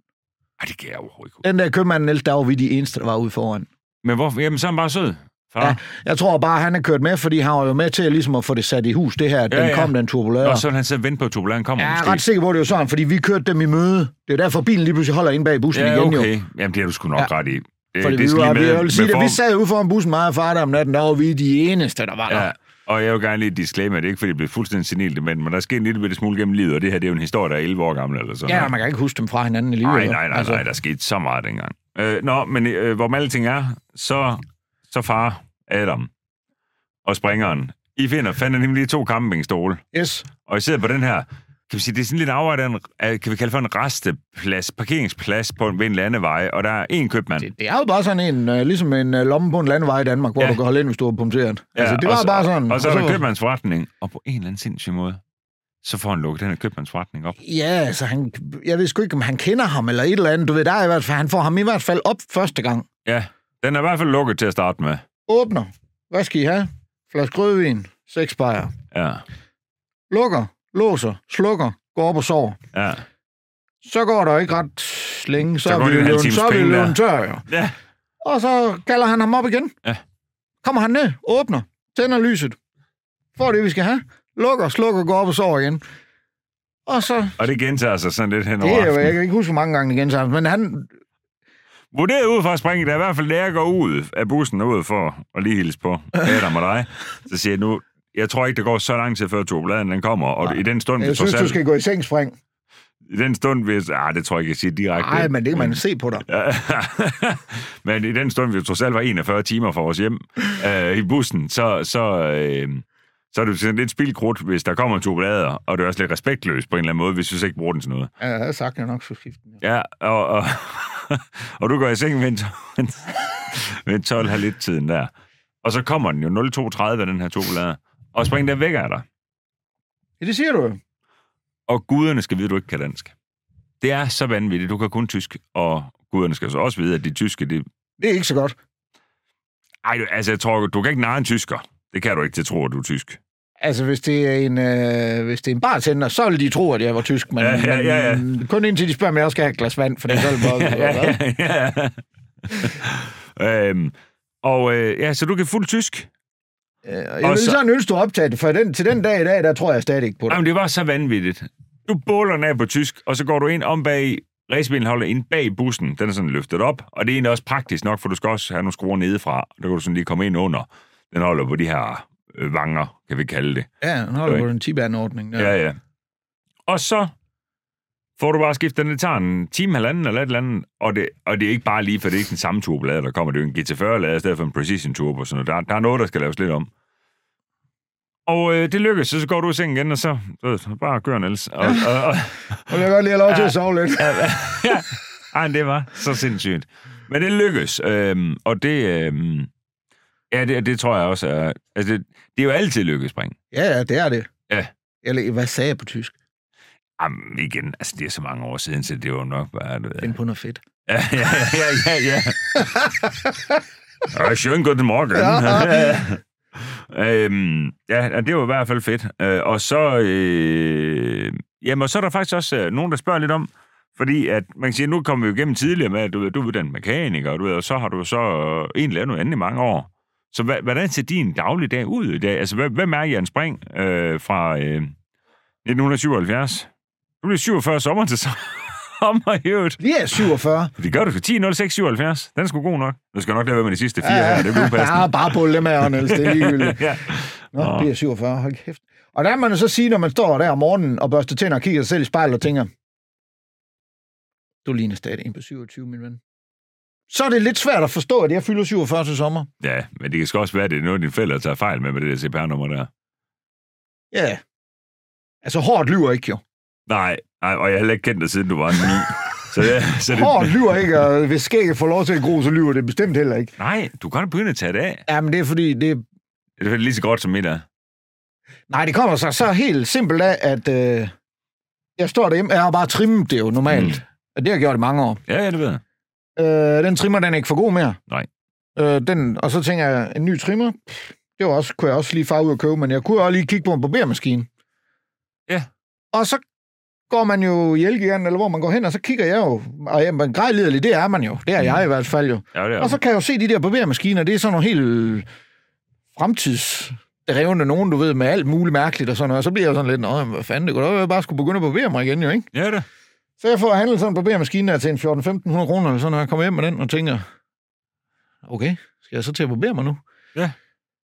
A: Ej, det kan jeg overhovedet ikke.
B: Den der købmand, Niels, der var vi de eneste, der var ude foran.
A: Men hvorfor? Jamen, så er han bare sød. Far.
B: Ja. Jeg tror bare, han har kørt med, fordi han var jo med til ligesom at få det sat i hus, det her, at
A: Ja,
B: ja, den
A: ja.
B: kom, den turbulade.
A: Nå, så vil han sidde og vente på, at turbuladen kommer.
B: Jeg er
A: måske.
B: ret sikker på, at det var sådan, fordi vi kørte dem i møde. Det er derfor, bilen lige pludselig holder ind bag bussen
A: ja,
B: igen jo.
A: okay. Jamen, det har du sgu nok ja.
B: Ja.
A: ret i. Øh, Det,
B: Fordi vi,
A: skal
B: var,
A: lige
B: vi, jeg vil sige,
A: med
B: da vi
A: form-
B: sad ude foran bussen meget far der om natten, der var vi de eneste, der var der.
A: Ja, og jeg vil gerne lige disclaimer, det er ikke, fordi det blev fuldstændig senilt, men, men der sker en lille bitte smule gennem livet, og det her det er jo en historie, der er 11 år gammel eller sådan
B: Ja,
A: noget.
B: man kan ikke huske dem fra hinanden alligevel.
A: Nej, nej, nej,
B: Altså,
A: nej, der skete så meget dengang. Øh, nå, men øh, hvor alting er, så, så far Adam og springeren, I finder fandt nemlig lige to campingstole,
B: Yes.
A: og I sidder på den her, kan vi sige, det er sådan lidt afret af en, af- kan vi kalde for en resteplads, parkeringsplads på en, ved en landevej, og der er en købmand.
B: Det, det er jo bare sådan en, øh, ligesom en øh, lomme på en landevej i Danmark, hvor
A: Ja.
B: ja. du kan holde ind, hvis du er punkteret. Ja, altså, det
A: og
B: var
A: så-
B: bare sådan.
A: Og så er der
B: og
A: købmandsforretning, og på en eller anden sindssyg måde, så får han lukket den her købmandsforretning op.
B: Ja, altså, han, jeg ved sgu ikke, om han kender ham eller et eller andet. Du ved, der er i hvert fald, han får ham i hvert fald op første gang.
A: Ja, den er i hvert fald lukket til at starte med.
B: Åbner. Hvad skal I have? Flaske rødvin. Seks bajer.
A: Ja,
B: Lukker. Låser. Slukker. Går op og sover.
A: ja.
B: Så går der ikke ret længe. Så,
A: Så
B: så
A: går
B: er vi
A: det en halv
B: løbet,
A: times
B: så er vi
A: penge der.
B: løbet tør, jo.
A: ja.
B: Og så kalder han ham op igen.
A: Ja.
B: Kommer han ned, åbner, tænder lyset. får det, vi skal have, lukker, slukker, går op og sover igen. Og så...
A: Og det gentager sig sådan lidt hen over
B: Det er jo, jeg
A: aftenen.
B: kan ikke huske, hvor mange gange det gentager, sig, men han...
A: Vurderet ud fra springet, der er i hvert fald, da jeg går ud af bussen ud for at lige hilse på Adam og dig, så siger jeg nu, jeg tror ikke, det går så lang tid, før turboladen den kommer, og i den stund, vi
B: Jeg synes,
A: trods
B: du
A: alt,
B: skal gå i seng, spring.
A: i den stund, vi, ah, det tror jeg ikke, jeg siger direkte.
B: Nej, men det kan man se på dig.
A: Ja. men i den stund, vi trods alt var 41 timer fra vores hjem øh, i bussen, så, så, øh, så er det jo sådan lidt spildkrudt, hvis der kommer turbolader, og det er også lidt respektløst på en eller anden måde, hvis vi så ikke bruger den til noget.
B: Ja, jeg havde sagt, at jeg nok skulle skifte den.
A: Ja, og, og, og du går i seng ved en, ved en 12 har lidt tiden der. Og så kommer den jo 02.30, den her turbolader, og spring der væk af dig.
B: Ja, det siger du jo.
A: Og guderne skal vide, at du ikke kan dansk. Det er så vanvittigt. Du kan kun tysk, og guderne skal så også vide, at de tyske, de,
B: Det er ikke så godt.
A: Ej, du- altså, jeg tror, du kan ikke narre en tysker. Det kan du ikke til at tro, at du er tysk.
B: Altså, hvis det er en, øh, hvis det er en bartender, så ville de tro, at jeg var tysk, men,
A: Ja, ja, ja, ja.
B: men øh, kun indtil de spørger, om jeg også skal have et glas vand, for det er selv bare...
A: ja. øhm, og øh, ja, så du kan fuld tysk.
B: Øh, Jeg
A: Og
B: vil
A: så-
B: sådan ønske, du optaget det, for den, til den dag i dag, der tror jeg stadig ikke på det.
A: Jamen, det var så vanvittigt. Du båler den af på tysk, og så går du ind om bag racebilen holder ind bag bussen. Den er sådan løftet op, og det er egentlig også praktisk nok, for du skal også have nogle skruer nedefra. Der kan du sådan lige komme ind under. Den holder på de her øh, vanger, kan vi kalde det.
B: Ja, nu holder du på den tibærnordning.
A: Ja, ja. Og så får du bare skiftet den. Det tager en time, halvanden eller et eller andet. Og det, og det er ikke bare lige, for det er ikke den samme turbolade, der kommer. Det er jo en GT40-lade i stedet for en Precision Turbo. Sådan noget. Der, der er noget, der skal laves lidt om. Og øh, det lykkes, så, så går du i seng igen, og så, øh, så bare gør Niels. Og, og, og,
B: Og jeg vil godt lige have lov til at sove lidt.
A: ja. Ej, men det var så sindssygt. Men det lykkes, øhm, og det, øhm, ja, det, det tror jeg også er... Altså, det, det er jo altid lykkespring.
B: Ja, ja, det er det.
A: Ja.
B: Eller hvad sagde jeg på tysk?
A: Jamen, igen, altså, det er så mange år siden, så det var nok bare... Du ved,
B: Find på noget fedt.
A: Ja, ja, ja, ja, ja. Ja, schön guten Morgen.
B: Ja.
A: øhm, ja, ja, det var i hvert fald fedt. Øh, og så, øh, jamen, og så er der faktisk også øh, nogen, der spørger lidt om, fordi at, man kan sige, nu kommer vi jo igennem tidligere med, at du, ved, du er uddannet mekaniker, og, du ved, og så har du så øh, egentlig lavet noget andet i mange år. Så hva, hvordan ser din dagligdag ud i dag? Altså, hvad, hvem er Jan Spring øh, fra øh, 1977? Du bliver 47 sommer til sommer, i øvrigt.
B: Vi er 47.
A: Det gør du sgu. 10 0 6 77. Den er sgu god nok. Du skal nok lade være med de sidste fire her. Det bliver upassende.
B: ja, bare på dem her, Niels. Det er ligegyldigt.
A: ja.
B: Nå, bliver 47. Hold kæft. Og der må man så sige, når man står der om morgenen og børster tænder og kigger sig selv i spejlet og tænker, du ligner stadig en på 27, min ven. Så er det lidt svært at forstå, at jeg fylder 47 til sommer.
A: ja, men det kan sgu også være, at det er noget, din fælder tager fejl med, med det der CPR-nummer der.
B: Ja. Yeah. Altså, hårdt lyver ikke jo.
A: Nej, nej, og jeg har heller ikke kendt dig, siden du var 9. så det, så det,
B: Hårdt lyver ikke, og hvis skægget får lov til at gro, så lyver det bestemt heller ikke.
A: Nej, du kan godt begynde at tage det af.
B: Jamen, det er fordi, det...
A: Det er lige så godt som mit er.
B: Nej, det kommer så, så helt simpelt af, at øh, jeg står derhjemme. Jeg har bare trimmet det jo normalt. Mm. Og det har jeg gjort i mange år.
A: Ja, ja, det ved jeg.
B: Øh, den trimmer, den er ikke for god mere.
A: Nej.
B: Øh, den, og så tænker jeg, en ny trimmer, pff, det var også, kunne jeg også lige far ud og købe, men jeg kunne også lige kigge på en barbermaskine.
A: Ja.
B: Og så går man jo i Elgiganten, eller hvor man går hen, og så kigger jeg jo, og ja, men grejlederlig, det er man jo.
A: Mm.
B: Det er jeg i hvert fald jo.
A: Ja, det er.
B: Og så kan jeg jo se de der barbermaskiner, det er sådan nogle helt fremtidsdrevne nogen, du ved, med alt muligt mærkeligt og sådan noget. Og så bliver jeg sådan lidt, nå, hvad fanden, det kunne da være, at jeg bare skulle begynde at barbere mig igen jo, ikke?
A: Ja, det.
B: Så jeg får handlet sådan en barbermaskine der til en 14-1500 kroner, eller sådan, når jeg kommer hjem med den og tænker, okay, skal jeg så til at barbere mig nu?
A: Ja.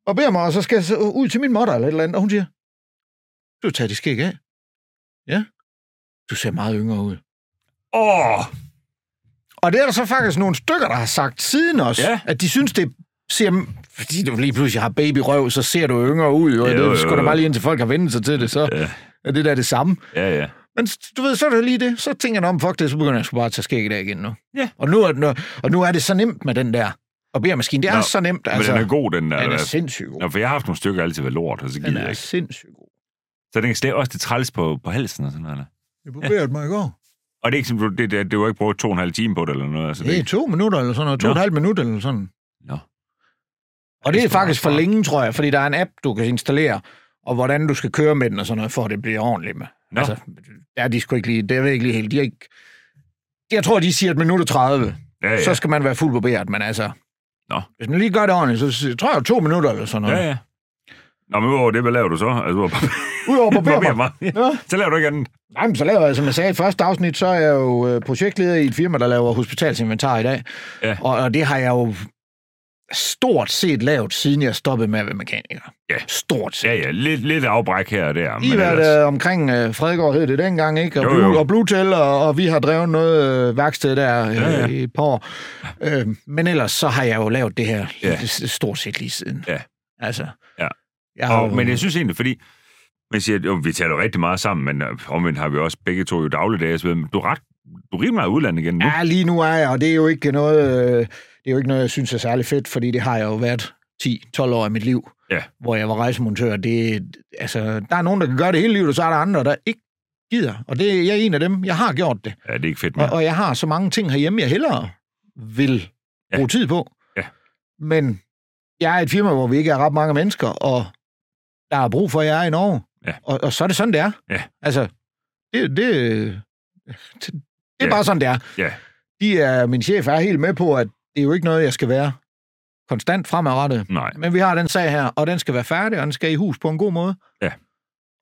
B: Barbere mig, og så skal jeg så ud til min mutter eller et eller andet, og hun siger, du tager de skæg af. Ja. Du ser meget yngre ud.
A: Åh!
B: Og det er der så faktisk nogle stykker, der har sagt siden også,
A: Ja.
B: at de synes, det ser... Fordi du lige pludselig har babyrøv, så ser du yngre ud, og
A: Jo,
B: jo, det
A: jo,
B: er sgu da
A: jo.
B: bare lige indtil folk har vendt sig til det, så
A: Ja,
B: er det der det samme.
A: ja, ja.
B: Men s- du ved, så er det lige det. Så tænker jeg, om fuck det, så begynder jeg sgu bare at tage skæg af igen nu.
A: Ja.
B: Og nu, er, nu, og nu er det så nemt med den der barbermaskine. Det er
A: Nå,
B: så nemt,
A: Men
B: altså.
A: den er god, den der.
B: den er
A: hvad?
B: sindssygt god.
A: Nå, for jeg har haft nogle stykker, der altid været lort, og så
B: Den
A: gider jeg
B: er
A: ikke.
B: sindssygt god.
A: Så den kan slet også det træls på, på halsen og sådan noget. eller?
B: Jeg barberede mig i går.
A: Og det er ikke som, du, det, det, du har ikke brugt to og en halv time på det eller noget. Altså, det,
B: Det er to minutter eller sådan noget. To
A: Nå.
B: og et halvt minut eller sådan.
A: Nå.
B: Og det
A: Det
B: er
A: er sgu
B: faktisk
A: meget
B: for længe, tror jeg, fordi der er en app, du kan installere, og hvordan du skal køre med den og sådan noget, for at det bliver ordentligt med.
A: Nå.
B: Altså, der er de sgu ikke lige, det er jeg ikke lige helt. De er ikke, jeg tror, de siger, at minut og 30,
A: ja, ja.
B: så skal man være fuld barberet, men altså...
A: Nå.
B: Hvis man lige gør det ordentligt, så s- tror jeg, to minutter eller sådan noget.
A: ja. Nå, men udover det, hvad laver du så? Altså, udover
B: Udover barberbar.
A: barberbar.
B: Ja.
A: så laver du ikke andet.
B: Nej, men så laver jeg, som jeg sagde i første afsnit, så er jeg jo øh, projektleder i et firma, der laver hospitalsinventar i dag.
A: Ja.
B: Og, og det har jeg jo stort set lavet, siden jeg stoppede med at være mekaniker.
A: Ja.
B: Stort set.
A: Ja, ja, lidt, lidt afbræk her og der.
B: I har været øh, omkring øh, Fredegård, hed det dengang, ikke? Og,
A: Jo,
B: Blue,
A: jo.
B: og Bluetel, og, og vi har drevet noget øh, værksted der øh,
A: Ja,
B: ja,
A: ja.
B: ja. i et par år. Øh, men ellers så har jeg jo lavet det her
A: Ja.
B: ja. stort set lige siden.
A: Ja.
B: Altså.
A: Ja.
B: Jeg har,
A: Og, men jeg synes egentlig, fordi man siger, at jo, vi taler jo rigtig meget sammen, men øh, omvendt har vi også begge to jo dagligdags ved, men du er ret, du er rimelig meget i udlandet igen nu.
B: Ja, lige nu er jeg, og det er jo ikke noget, øh, det er jo ikke noget jeg synes er særlig fedt, fordi det har jeg jo været 10-12 år af mit liv,
A: Ja.
B: hvor jeg var rejsemontør. Det, altså, der er nogen, der kan gøre det hele livet, og så er der andre, der ikke gider. Og det, jeg er en af dem. Jeg har gjort det.
A: Ja, det er ikke fedt
B: Og,
A: mere.
B: og jeg har så mange ting herhjemme, jeg hellere vil
A: Ja.
B: bruge tid på.
A: Ja.
B: Men jeg er et firma, hvor vi ikke er ret mange mennesker, og der er brug for, at jeg er i Norge.
A: Ja.
B: Og, og så er det sådan, det er.
A: Ja.
B: Altså, det, det, det, det er
A: Ja.
B: bare sådan, det er.
A: Ja.
B: De er, min chef er helt med på, at det er jo ikke noget, jeg skal være konstant fremadrettet.
A: Nej,
B: Men vi har den sag her, og den skal være færdig, og den skal i hus på en god måde.
A: Ja.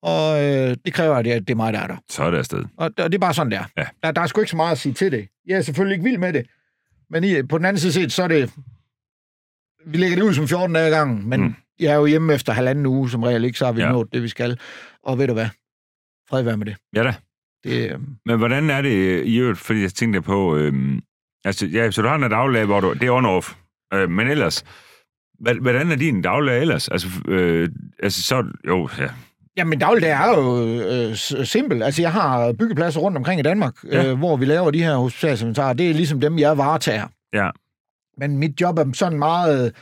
B: Og øh, det kræver, at jeg- det er mig, der er der.
A: så er det afsted.
B: Og, og det er bare sådan, der.
A: Ja.
B: der. Der er sgu ikke så meget at sige til det. Jeg er selvfølgelig ikke vild med det. Men i, på den anden side set, så er det... Vi lægger det ud som 14 dage i gangen, men
A: Mm.
B: mm. jeg er jo hjemme efter halvanden uge som regel, ikke? Så har vi
A: Ja.
B: ja. nået det, vi skal. Og ved du hvad? Fred være med det.
A: Ja da.
B: det øh,
A: Men hvordan er det øh, i øvrigt, fordi jeg tænkte på, øhm, altså, ja, så du har en daglag, hvor du, det er on-off, øh, men ellers, hva- hvordan er din daglag ellers? Altså, f- øh, altså så, jo, ja,
B: Jamen, dagligdag er jo øh, s- simpel. Altså, jeg har byggepladser rundt omkring i Danmark,
A: Ja.
B: ja. øh, hvor vi laver de her hospitalsinventarer. Det er ligesom dem, jeg varetager.
A: Ja.
B: Men mit job er sådan meget...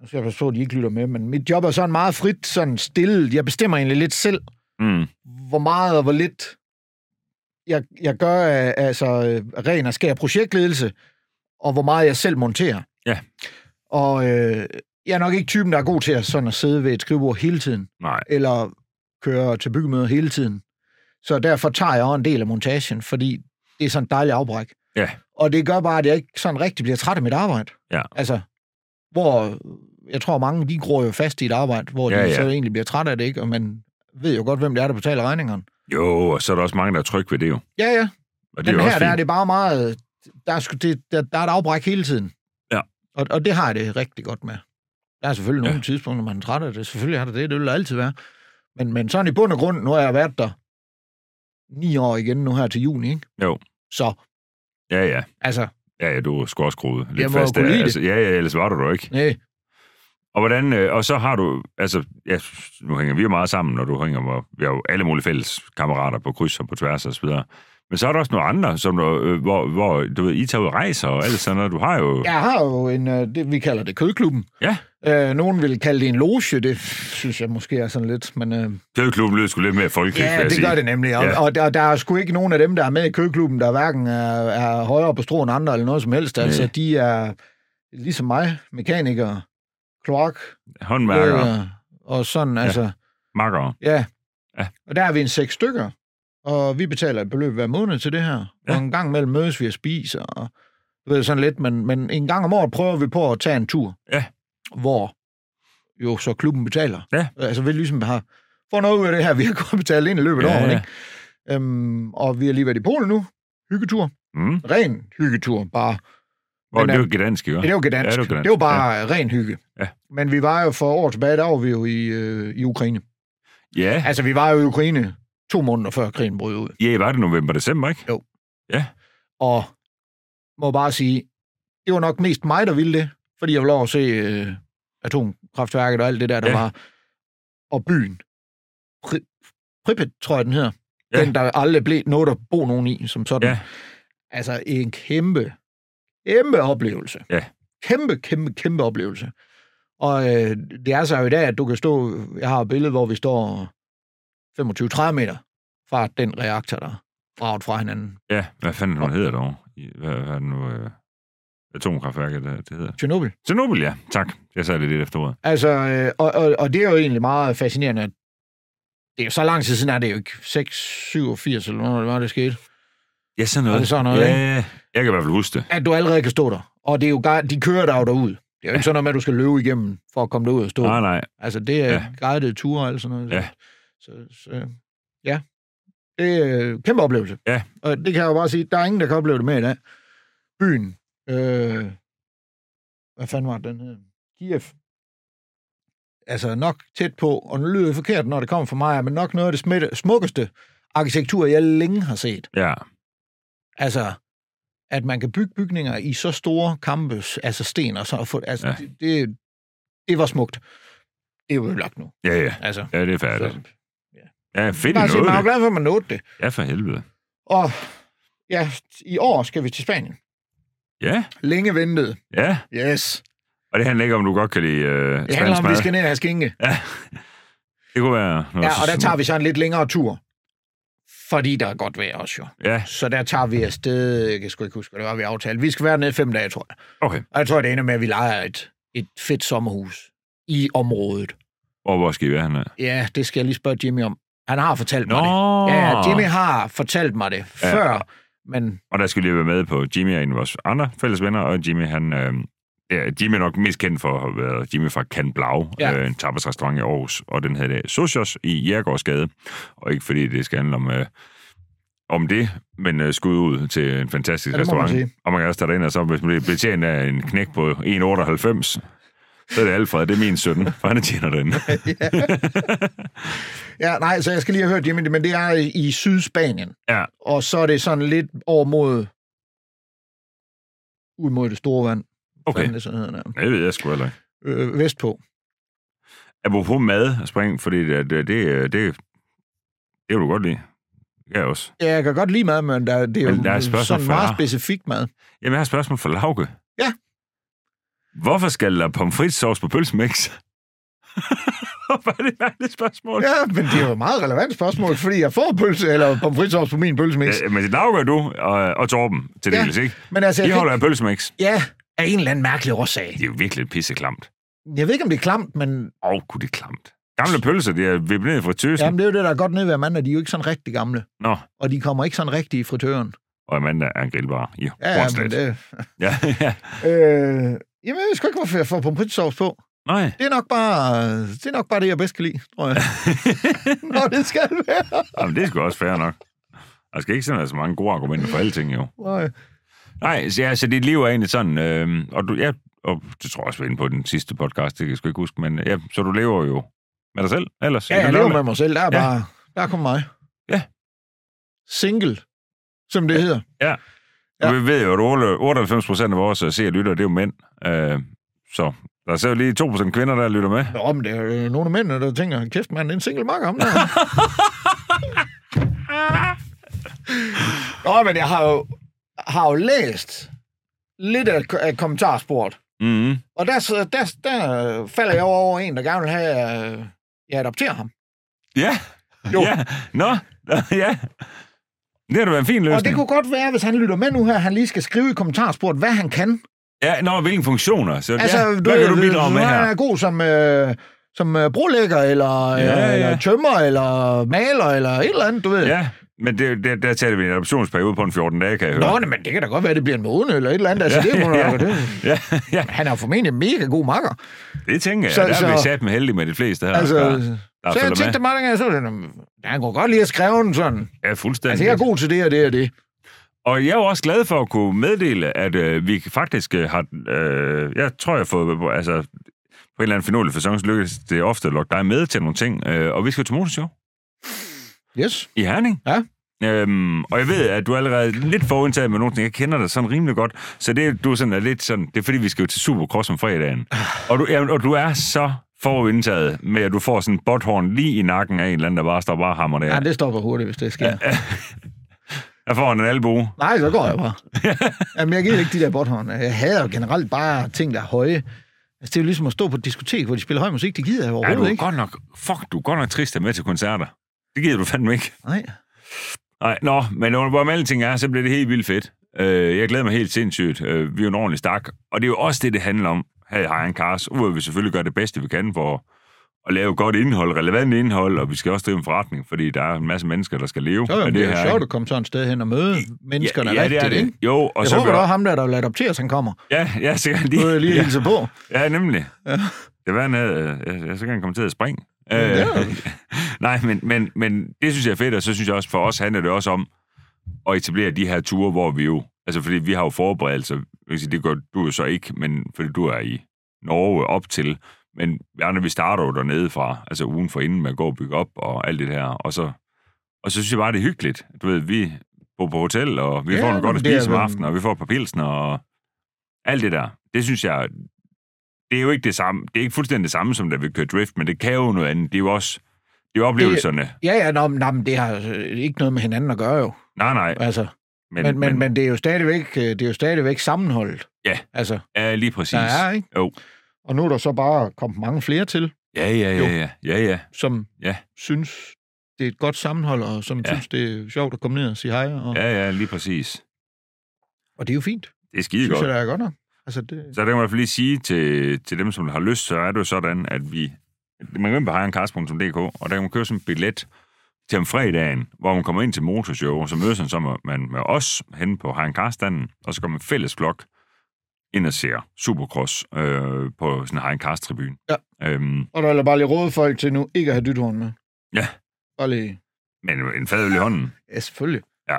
B: Nu skal jeg passe på, at de ikke lytter med, men mit job er sådan meget frit, sådan stille. Jeg bestemmer egentlig lidt selv,
A: mm,
B: hvor meget og hvor lidt jeg, jeg gør af- altså, øh, ren og skær projektledelse, og hvor meget jeg selv monterer.
A: Ja.
B: Og øh, jeg er nok ikke typen, der er god til at, sådan at sidde ved et skrivebord hele tiden
A: nej,
B: eller kører til byggemøder hele tiden. Så derfor tager jeg også en del af montagen, fordi det er sådan et dejligt afbræk.
A: Ja.
B: Og det gør bare, at jeg ikke sådan rigtig bliver træt af mit arbejde.
A: Ja.
B: Altså, hvor jeg tror, mange de gror jo fast i et arbejde, hvor
A: Ja,
B: de
A: ja.
B: så egentlig bliver træt af det, ikke? Og man ved jo godt, hvem det er, der betaler regningerne.
A: jo, og så er der også mange, der er trygge ved det jo.
B: Ja, ja.
A: Og det er
B: Den
A: jo
B: her,
A: også
B: der er
A: fint.
B: det bare meget... Der er, sgu- det, der, der er et afbræk hele tiden.
A: Ja.
B: Og, og det har jeg det rigtig godt med. Der er selvfølgelig
A: Ja.
B: nogle tidspunkter, man er træt af det. Selvfølgelig har det det. Det vil der altid være. Men, men sådan i bund og grund, nu har jeg været der ni år igen nu her til juni, ikke?
A: Jo.
B: Så,
A: Ja, ja.
B: altså,
A: Ja, ja, du er sgu også skruet lidt
B: Jeg må jo
A: fast.
B: kunne
A: der.
B: lide det.
A: altså, ja, ja, ellers var du der ikke.
B: nej.
A: Og, hvordan, øh, og så har du, altså, ja, nu hænger vi jo meget sammen, og du hænger med, vi har jo alle mulige fælles kammerater på kryds og på tværs og så videre. Men så er der også nogle andre, som du, øh, hvor, hvor, du ved, I tager ud og rejser og alt sådan noget. Du har jo...
B: Jeg har jo en, øh, det, vi kalder det kødklubben.
A: Ja.
B: Øh, nogen vil kalde det en loge, det synes jeg måske er sådan lidt, men... Øh,
A: Kødklubben lyder sgu lidt mere folkeligt, vil
B: Ja,
A: jeg
B: det
A: sige.
B: gør det nemlig. Og,
A: Ja.
B: ja. og der, der er sgu ikke nogen af dem, der er med i køklubben, der hverken er, er højere på strå end andre eller noget som helst. Altså,
A: Nej.
B: de er ligesom mig, mekanikere, kloak,
A: Håndværkere,
B: øh, og sådan, ja. altså.
A: makkere.
B: Ja.
A: Ja.
B: Og der er vi en seks stykker, og vi betaler et beløb hver måned til det her. Ja.
A: Ja.
B: Og en gang imellem mødes vi og spiser, og du ved sådan lidt, men, men en gang om året prøver vi på at tage en tur.
A: Ja.
B: Hvor jo så klubben betaler.
A: Ja.
B: Altså vi ligesom har får noget ud af det her, vi har gået og betalt ind i løbet af
A: Ja,
B: ja, året,
A: ja.
B: ikke? Øhm, og vi har lige været i Polen nu. Hyggetur.
A: Mm.
B: Ren hyggetur, bare.
A: Hvor,
B: Men,
A: det er
B: øh,
A: jo gedansk, ikke?
B: Ja, det var
A: Ja,
B: gedansk.
A: det var gdansk,
B: det var bare ja. ren hygge.
A: Ja.
B: Men vi var jo for år tilbage, der var vi jo i, øh, i Ukraine.
A: Ja,
B: Altså, vi var jo i Ukraine to måneder før krigen brød ud.
A: ja, var det november-december, ikke?
B: Og må bare sige, det var nok mest mig, der ville det, fordi jeg ville over at se øh, atomkraftværket og alt det der, der
A: Ja.
B: ja. var. Og byen. Pri- Pripyat, tror jeg, den hedder.
A: Ja.
B: Ja. Den, der aldrig blev noget at bo nogen i, som sådan.
A: Ja.
B: Ja. Altså, en kæmpe, kæmpe oplevelse.
A: Ja.
B: Kæmpe, kæmpe, kæmpe oplevelse. Og øh, det er så jo i dag, at du kan stå... Jeg har et billede, hvor vi står 25-30 meter fra den reaktor, der er braget fra hinanden.
A: Ja, hvad fanden er det, hun hedder dog? I- Hvad, hvad er det nu? Øh, atomkraftværket, øh, det, det hedder?
B: Tjernobyl.
A: Tjernobyl, ja. Tak. Jeg sagde det lidt efter ordet.
B: Altså, øh, og, og, og det er jo egentlig meget fascinerende. at Det er jo så lang tid siden, er det jo ikke 6, 87 eller hvornår det var, det skete.
A: Ja, sådan noget.
B: Er det sådan noget,
A: ja, jeg kan i hvert fald huske det.
B: At du allerede kan stå der. Og det er jo, gar- de kører dig jo derud. Det er jo ikke sådan noget med, at du skal løbe igennem for at komme derud og stå.
A: Nej, nej.
B: Altså, det
A: Ja.
B: er ja. guidede ture eller sådan noget.
A: Ja.
B: Så, så ja. Det er en kæmpe oplevelse.
A: Ja.
B: Og det kan jeg jo bare sige, der er ingen, der kan opleve det mere i dag. Byen. Øh, hvad fanden var det, den hed? Kiev. Altså nok tæt på, og nu lyder det forkert, når det kommer fra mig, men nok noget af det smitte, smukkeste arkitektur, jeg længe har set.
A: Ja,
B: Altså, at man kan bygge bygninger i så store campus, altså sten og så. og få- Altså,
A: Ja.
B: ja. det, det, det var smukt. Det er jo ødelagt nu.
A: ja, ja.
B: Altså,
A: Ja, det er færdigt.
B: så,
A: Ja, fedt
B: Bare sige, man er jo
A: noget.
B: glad for, at man nåede det.
A: Ja, for helvede.
B: Og ja, i år skal vi til Spanien.
A: Ja,
B: Længe ventet.
A: ja.
B: Yes.
A: Og det handler ikke om, du godt kan lide øh,
B: Det handler
A: spansk
B: om, at
A: mad.
B: vi skal ned og have skinke.
A: Ja. Det kunne være noget.
B: Ja, og der tager vi så en lidt længere tur. Fordi der er godt vejr også jo.
A: Ja,
B: Så der tager vi afsted, jeg kan sgu ikke huske, hvad det var, vi aftalte. Vi skal være nede fem dage, tror jeg.
A: okay.
B: Og jeg tror, det ender med, at vi leger et, et fedt sommerhus i området.
A: Og hvor skal I være henne?
B: Ja, det skal jeg lige spørge Jimmy om. Han har fortalt
A: Nå!
B: mig det. Ja, Jimmy har fortalt mig det
A: Ja.
B: før, men
A: Og der skal lige være med på Jimmy og en af vores andre fælles venner, og Jimmy, han... Øh, ja, Jimmy er nok mest kendt for at have været Jimmy fra Can Blau, ja.
B: Ja.
A: øh, en tapasrestaurant i Aarhus, og den hedder Socios i Jægergårdsgade. Og ikke fordi det skal handle om, øh, om det, men øh, skud ud til en fantastisk
B: Ja,
A: ja,
B: det må man
A: restaurant.
B: sige.
A: og man kan også tage ind og så hvis man bliver betjent af en knæk på 1,98, så er det Alfred, det er min søn, for han tjener den.
B: Ja, nej, så jeg skal lige have hørt Jimmy, men det er i- i Sydspanien.
A: Ja.
B: Og så er det sådan lidt over mod... Ud mod det store vand.
A: Okay.
B: Fanden, det sådan hedder der.
A: Det ved jeg sgu heller ikke.
B: Øh, vestpå.
A: Apropos mad og spring, fordi det, det, det, det, det vil du godt lide. Det kan jeg også.
B: Ja, jeg kan godt lide mad, men der, det er jo
A: Men der er et spørgsmål
B: sådan
A: for
B: meget
A: dig.
B: specifikt mad.
A: Jamen, jeg har et spørgsmål for Lauke.
B: Ja.
A: Hvorfor skal der pomfritsauce på pølsemix? Hvorfor er det et mærkeligt spørgsmål?
B: Ja, men det er jo et meget relevant spørgsmål, fordi jeg får pølse, eller pomfritsovs på min pølsemix.
A: Ja, men Lauke og du og, og Torben til
B: Ja.
A: dels, ikke?
B: Men altså, jeg
A: I
B: kan...
A: holder af pølsemix.
B: ikke- Ja, af en eller anden mærkelig årsag.
A: Det er jo virkelig et pisseklamt.
B: Jeg ved ikke, om det er klamt, men
A: Åh, oh, kunne det er klamt. Gamle pølser, de er vippet ned i fritøsen.
B: jamen, det er jo det, der er godt nede ved Amanda. De er jo ikke sådan rigtig gamle,
A: Nå,
B: og de kommer ikke sådan rigtig i fritøren.
A: og Amanda er en grillbar i
B: Ja, ja
A: Hornslet.
B: men det...
A: Ja, ja.
B: Øh, jamen, jeg ved sgu ikke, hvorfor jeg får pomfritsovs på.
A: Nej.
B: Det er, nok bare, det er nok bare det, jeg bedst kan lide, tror jeg. Når det skal være.
A: Jamen, det er sgu også fair nok. Der skal ikke sådan være så mange gode argumenter for alting, jo.
B: Nej.
A: Nej, så, ja, så dit liv er egentlig sådan, øh, og du, ja, og det tror jeg også, vi var inde på den sidste podcast, det kan jeg sgu ikke huske, men ja, så du lever jo med dig selv ellers?
B: Ja,
A: i det
B: jeg lever
A: daglige.
B: med mig selv. Der er
A: Ja.
B: bare... Der er kun mig.
A: Ja.
B: Single, som det hedder.
A: Og Vi ved jo, at 98 procent af vores øh, seere lytter, det er jo mænd, øh, så der er så lige 2 procent kvinder, der lytter med.
B: Nå, men det er jo nogle af mændene, der tænker, kæft mand, det er en single makker ham der. Nå, men jeg har jo, har jo læst lidt af, af kommentarsport.
A: Mm-hmm.
B: Og der, så- der, der falder jeg over en, der gerne vil have, at jeg adopterer ham.
A: Ja,
B: Jo.
A: ja, nå, ja. Det har da været en fin løsning.
B: Og det kunne godt være, hvis han lytter med nu her, han lige skal skrive i kommentarsport, hvad han kan.
A: Ja, nå, hvilke funktioner? Så, altså,
B: Altså,
A: ja, hvad kan du bidrage med
B: Han
A: her?
B: er god som, øh, som øh, brolægger, eller, ja,
A: ja.
B: ja. eller tømmer, eller maler, eller et eller andet, du ved.
A: Ja, men det, det, der tager vi en adoptionsperiode på en 14 dage, kan jeg høre.
B: Nå, nej, men det kan da godt være, at det bliver en måned, eller et eller andet. Altså, ja, det, må
A: ja.
B: ja. det,
A: Ja, ja,
B: han er jo formentlig en mega god makker.
A: det tænker jeg.
B: Så-
A: Så, der er vi
B: så-
A: sat med heldige med de fleste her.
B: altså,
A: der, der
B: så jeg
A: følger
B: tænkte
A: med.
B: mange gange, så var det, "Nå, han kunne godt lide at skrive den sådan.
A: Ja, fuldstændig.
B: Altså, jeg er god til det og det og det.
A: Og jeg er jo også glad for at kunne meddele, at øh, vi faktisk øh, har... Øh, jeg tror, jeg har fået... Altså, på en eller anden finurlig fasong, så lykkes det ofte at lokke dig med til nogle ting. Øh, og vi skal til motorshow
B: Yes.
A: i Herning.
B: Ja.
A: Øhm, og jeg ved, at du er allerede lidt forudtaget med nogle ting. Jeg kender dig sådan rimelig godt. Så det, du sådan er lidt sådan... Det er fordi, vi skal jo til Supercross om fredagen.
B: Ah.
A: Og du, ja, og du er så forudindtaget med, at du får sådan en botthorn lige i nakken af en eller anden, der bare står og bare hammer der.
B: Ja. Nej, det stopper hurtigt, hvis det sker.
A: Jeg får en albue.
B: Nej, så går jeg bare. Jamen, jeg gider ikke de der botthånd. Jeg hader jo generelt bare ting, der er høje. Altså, det er jo ligesom at stå på et diskotek, hvor de spiller høj musik. Det gider jeg
A: Ja, du
B: overhovedet
A: er
B: ikke.
A: godt nok, fuck, du er godt nok trist at med til koncerter. Det gider du fandme ikke.
B: Nej.
A: Nej, nå, men når hvor alle ting er, så bliver det helt vildt fedt. Øh, jeg glæder mig helt sindssygt. Øh, vi er jo en ordentlig stak. Og det er jo også det, det handler om her i Hejen Cars. Udover at vi selvfølgelig gør det bedste, vi kan for at lave godt indhold, relevant indhold, og vi skal også drive en forretning, fordi der er en masse mennesker, der skal leve
B: Så er
A: af
B: det, det er
A: her.
B: sjovt
A: ikke?
B: at komme sådan et sted hen og møde menneskerne
A: ja, ja,
B: rigtigt,
A: det er det.
B: ikke?
A: Jo, og
B: Jeg
A: så
B: håber
A: vi-
B: da, ham der, der vil adoptere, han kommer.
A: Ja, ja, så kan de...
B: Nu er jeg lige
A: ja,
B: hilse på.
A: ja, nemlig. Ja. Det var, han havde... øh, Ja, så kan han komme til at springe. Øh,
B: Ja.
A: nej, men, men, men det synes jeg er fedt, og så synes jeg også, for os handler det også om at etablere de her ture, hvor vi jo... Altså, fordi vi har jo forberedelser. Jeg kan sige, Det gør du jo så ikke, men fordi du er i Norge op til. Men vi andre, vi starter jo dernede fra, altså ugen for inden med at gå og bygge op og alt det her. Og så, og så synes jeg bare, det er hyggeligt. Du ved, vi bor på hotel, og vi
B: Ja,
A: ja, får noget godt at
B: men det er
A: spise om
B: vel-
A: aftenen, og vi får et par pilsner, og alt det der. Det synes jeg, det er jo ikke det samme. Det er ikke fuldstændig det samme, som da vi kørte drift, men det kan jo noget andet. Det er jo også, det er jo oplevelserne. Det...
B: Ja, ja, nå, men- nå, men det har øh, ikke noget med hinanden at gøre jo.
A: Nej, nej.
B: Altså,
A: Men,
B: men, men, men det er jo stadigvæk, øh, det er jo stadigvæk sammenholdet.
A: Ja.
B: Altså,
A: ja, lige præcis.
B: der er, ikke?
A: Jo.
B: Og nu er der så bare kommet mange flere til,
A: Ja, ja, ja, ja, ja, ja.
B: som
A: Ja.
B: synes, det er et godt sammenhold, og som
A: Ja.
B: ja. synes, det er sjovt at komme ned og sige hej. Og, ja.
A: Ja, ja, lige præcis.
B: og det er jo fint.
A: Det er
B: Det
A: skide
B: synes
A: godt.
B: jeg, der er godt nok. Altså, det,
A: Så det kan man i hvert fald lige sige til, til dem, som har lyst, så er det jo sådan, at vi... Man kan gå ind på hejankars.dk, og der kan man købe sådan en billet til om fredagen, hvor man kommer ind til motorshow, og så mødes man, så med, man med os hen på Hejankarstanden, og så kommer en fælles flok ind og ser Supercross øh, på sådan en Hejankars-tribune.
B: Ja.
A: Øhm,
B: og der er bare lige råd folk til nu ikke at have dythorn med.
A: Ja.
B: Bare lige.
A: men en fadøl i hånden.
B: Ja, selvfølgelig.
A: Ja.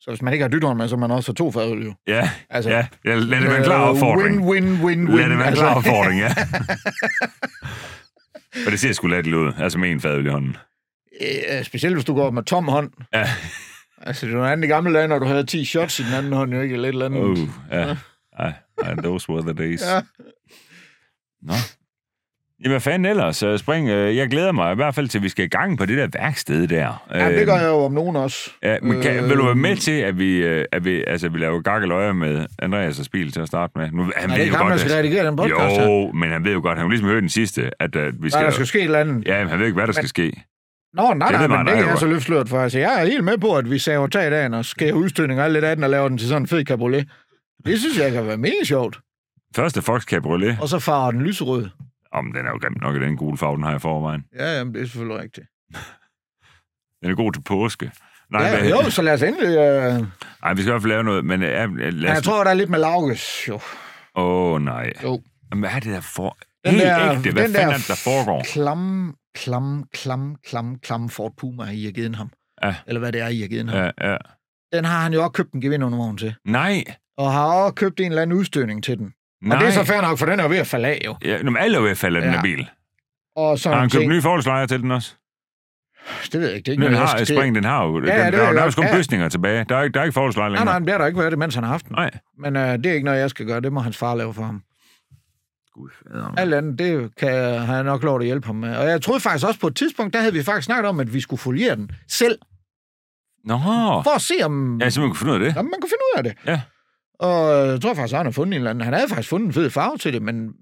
B: Så hvis man ikke har dythorn med, så er man også har to fadøl jo.
A: Ja,
B: Altså,
A: ja. ja lad det være en klar
B: øh,
A: opfordring.
B: Win, win, win, win. Altså,
A: Lad det være en klar opfordring, ja. Og det ser sgu latterligt ud, altså med en fadøl i hånden.
B: Øh, specielt hvis du går med tom hånd.
A: Ja.
B: Altså, det var andet i gamle dage, når du havde 10 shots i den anden hånd, jo ikke eller et eller andet.
A: Oh, ja. Ej, ej, those were the days.
B: Ja.
A: Nå. Jamen, hvad fanden ellers? Øh, Spring, øh, jeg glæder mig i hvert fald til, at vi skal i gang på det der værksted der.
B: ja, det
A: Øh,
B: gør jeg jo om nogen også.
A: Ja, men kan,
B: Øh,
A: vil du være med til, at vi, øh, at vi, altså, vi laver gakkeløjer med Andreas og Spil til at starte med? Nu, han
B: Nej, det
A: ved
B: er
A: jo
B: ikke ham, der
A: godt,
B: skal redigere den podcast her.
A: jo, men han ved jo godt, han har jo ligesom hørt den sidste, at, at vi
B: Nej,
A: skal...
B: der skal ske et eller andet.
A: Ja, men han ved ikke, hvad der skal ske.
B: Nå, nej,
A: Det ved
B: nej,
A: man,
B: men det
A: nej,
B: ikke er
A: jo.
B: så løftslørt for. Altså, jeg er helt med på, at vi saver tag i dagen og skærer udstødning og alt lidt af den og laver den til sådan en fed cabriolet. Det synes jeg kan være mega sjovt.
A: Første Fox Cabriolet.
B: Og så farver den lyserød.
A: Om den er jo grim nok, at den gule farve, den har jeg i forvejen.
B: Ja, jamen, det er selvfølgelig rigtigt.
A: Den er god til påske. Nej,
B: Ja,
A: hvad-
B: jo, så lad os endelig... Øh...
A: Ej, vi skal i hvert fald lave noget, men øh, ja, lad
B: Ja,
A: os
B: jeg tror, der er lidt med Lauges, jo.
A: Åh, oh, nej.
B: Jo.
A: Jamen, hvad er det der for...
B: Den
A: Helt
B: der-
A: ægte, hvad
B: den
A: fanden
B: der-
A: er det, der foregår?
B: Klam, klam, klam, klam, klam Ford Puma, I har givet ham.
A: Ja.
B: Eller hvad det er, I har givet ham. Ja.
A: Ja, ja.
B: Den har han jo også købt en gevindervogn til.
A: Nej,
B: Og har også købt en eller anden udstødning til den.
A: nej.
B: Og det er så fair nok, for den er jo ved at falde af, jo.
A: Ja, nu, men alle er ved at falde af den
B: Ja.
A: her bil.
B: Og sådan
A: Har han
B: nogle
A: købt
B: ting.
A: nye forholdslejer til den også?
B: Altså, Det ved jeg ikke. Det er ikke
A: Den
B: noget, jeg
A: har,
B: skal til.
A: spring, den har jo... den,
B: det ved
A: der,
B: jeg
A: der er jo
B: godt.
A: kun
B: Ja.
A: bøsninger tilbage. Der er ikke, der er ikke forholdslejer
B: Nej,
A: længere.
B: nej, han bliver der ikke været det, mens han har haft den.
A: nej.
B: Men øh, det er ikke noget, jeg skal gøre. Det må hans far lave for
A: Mm.
B: ham.
A: Gud, faderen.
B: Alt andet, det kan jeg, har jeg nok lov at hjælpe ham med. Og jeg troede faktisk også på et tidspunkt, der havde vi faktisk snakket om, at vi skulle foliere den selv,
A: Nå.
B: for at se, om
A: Jeg har simpelthen kunne finde ud af det.
B: jamen, man kunne finde ud af det.
A: Ja.
B: Og øh, jeg tror faktisk, at han har fundet en eller anden. Han havde faktisk fundet en fed farve til det, men,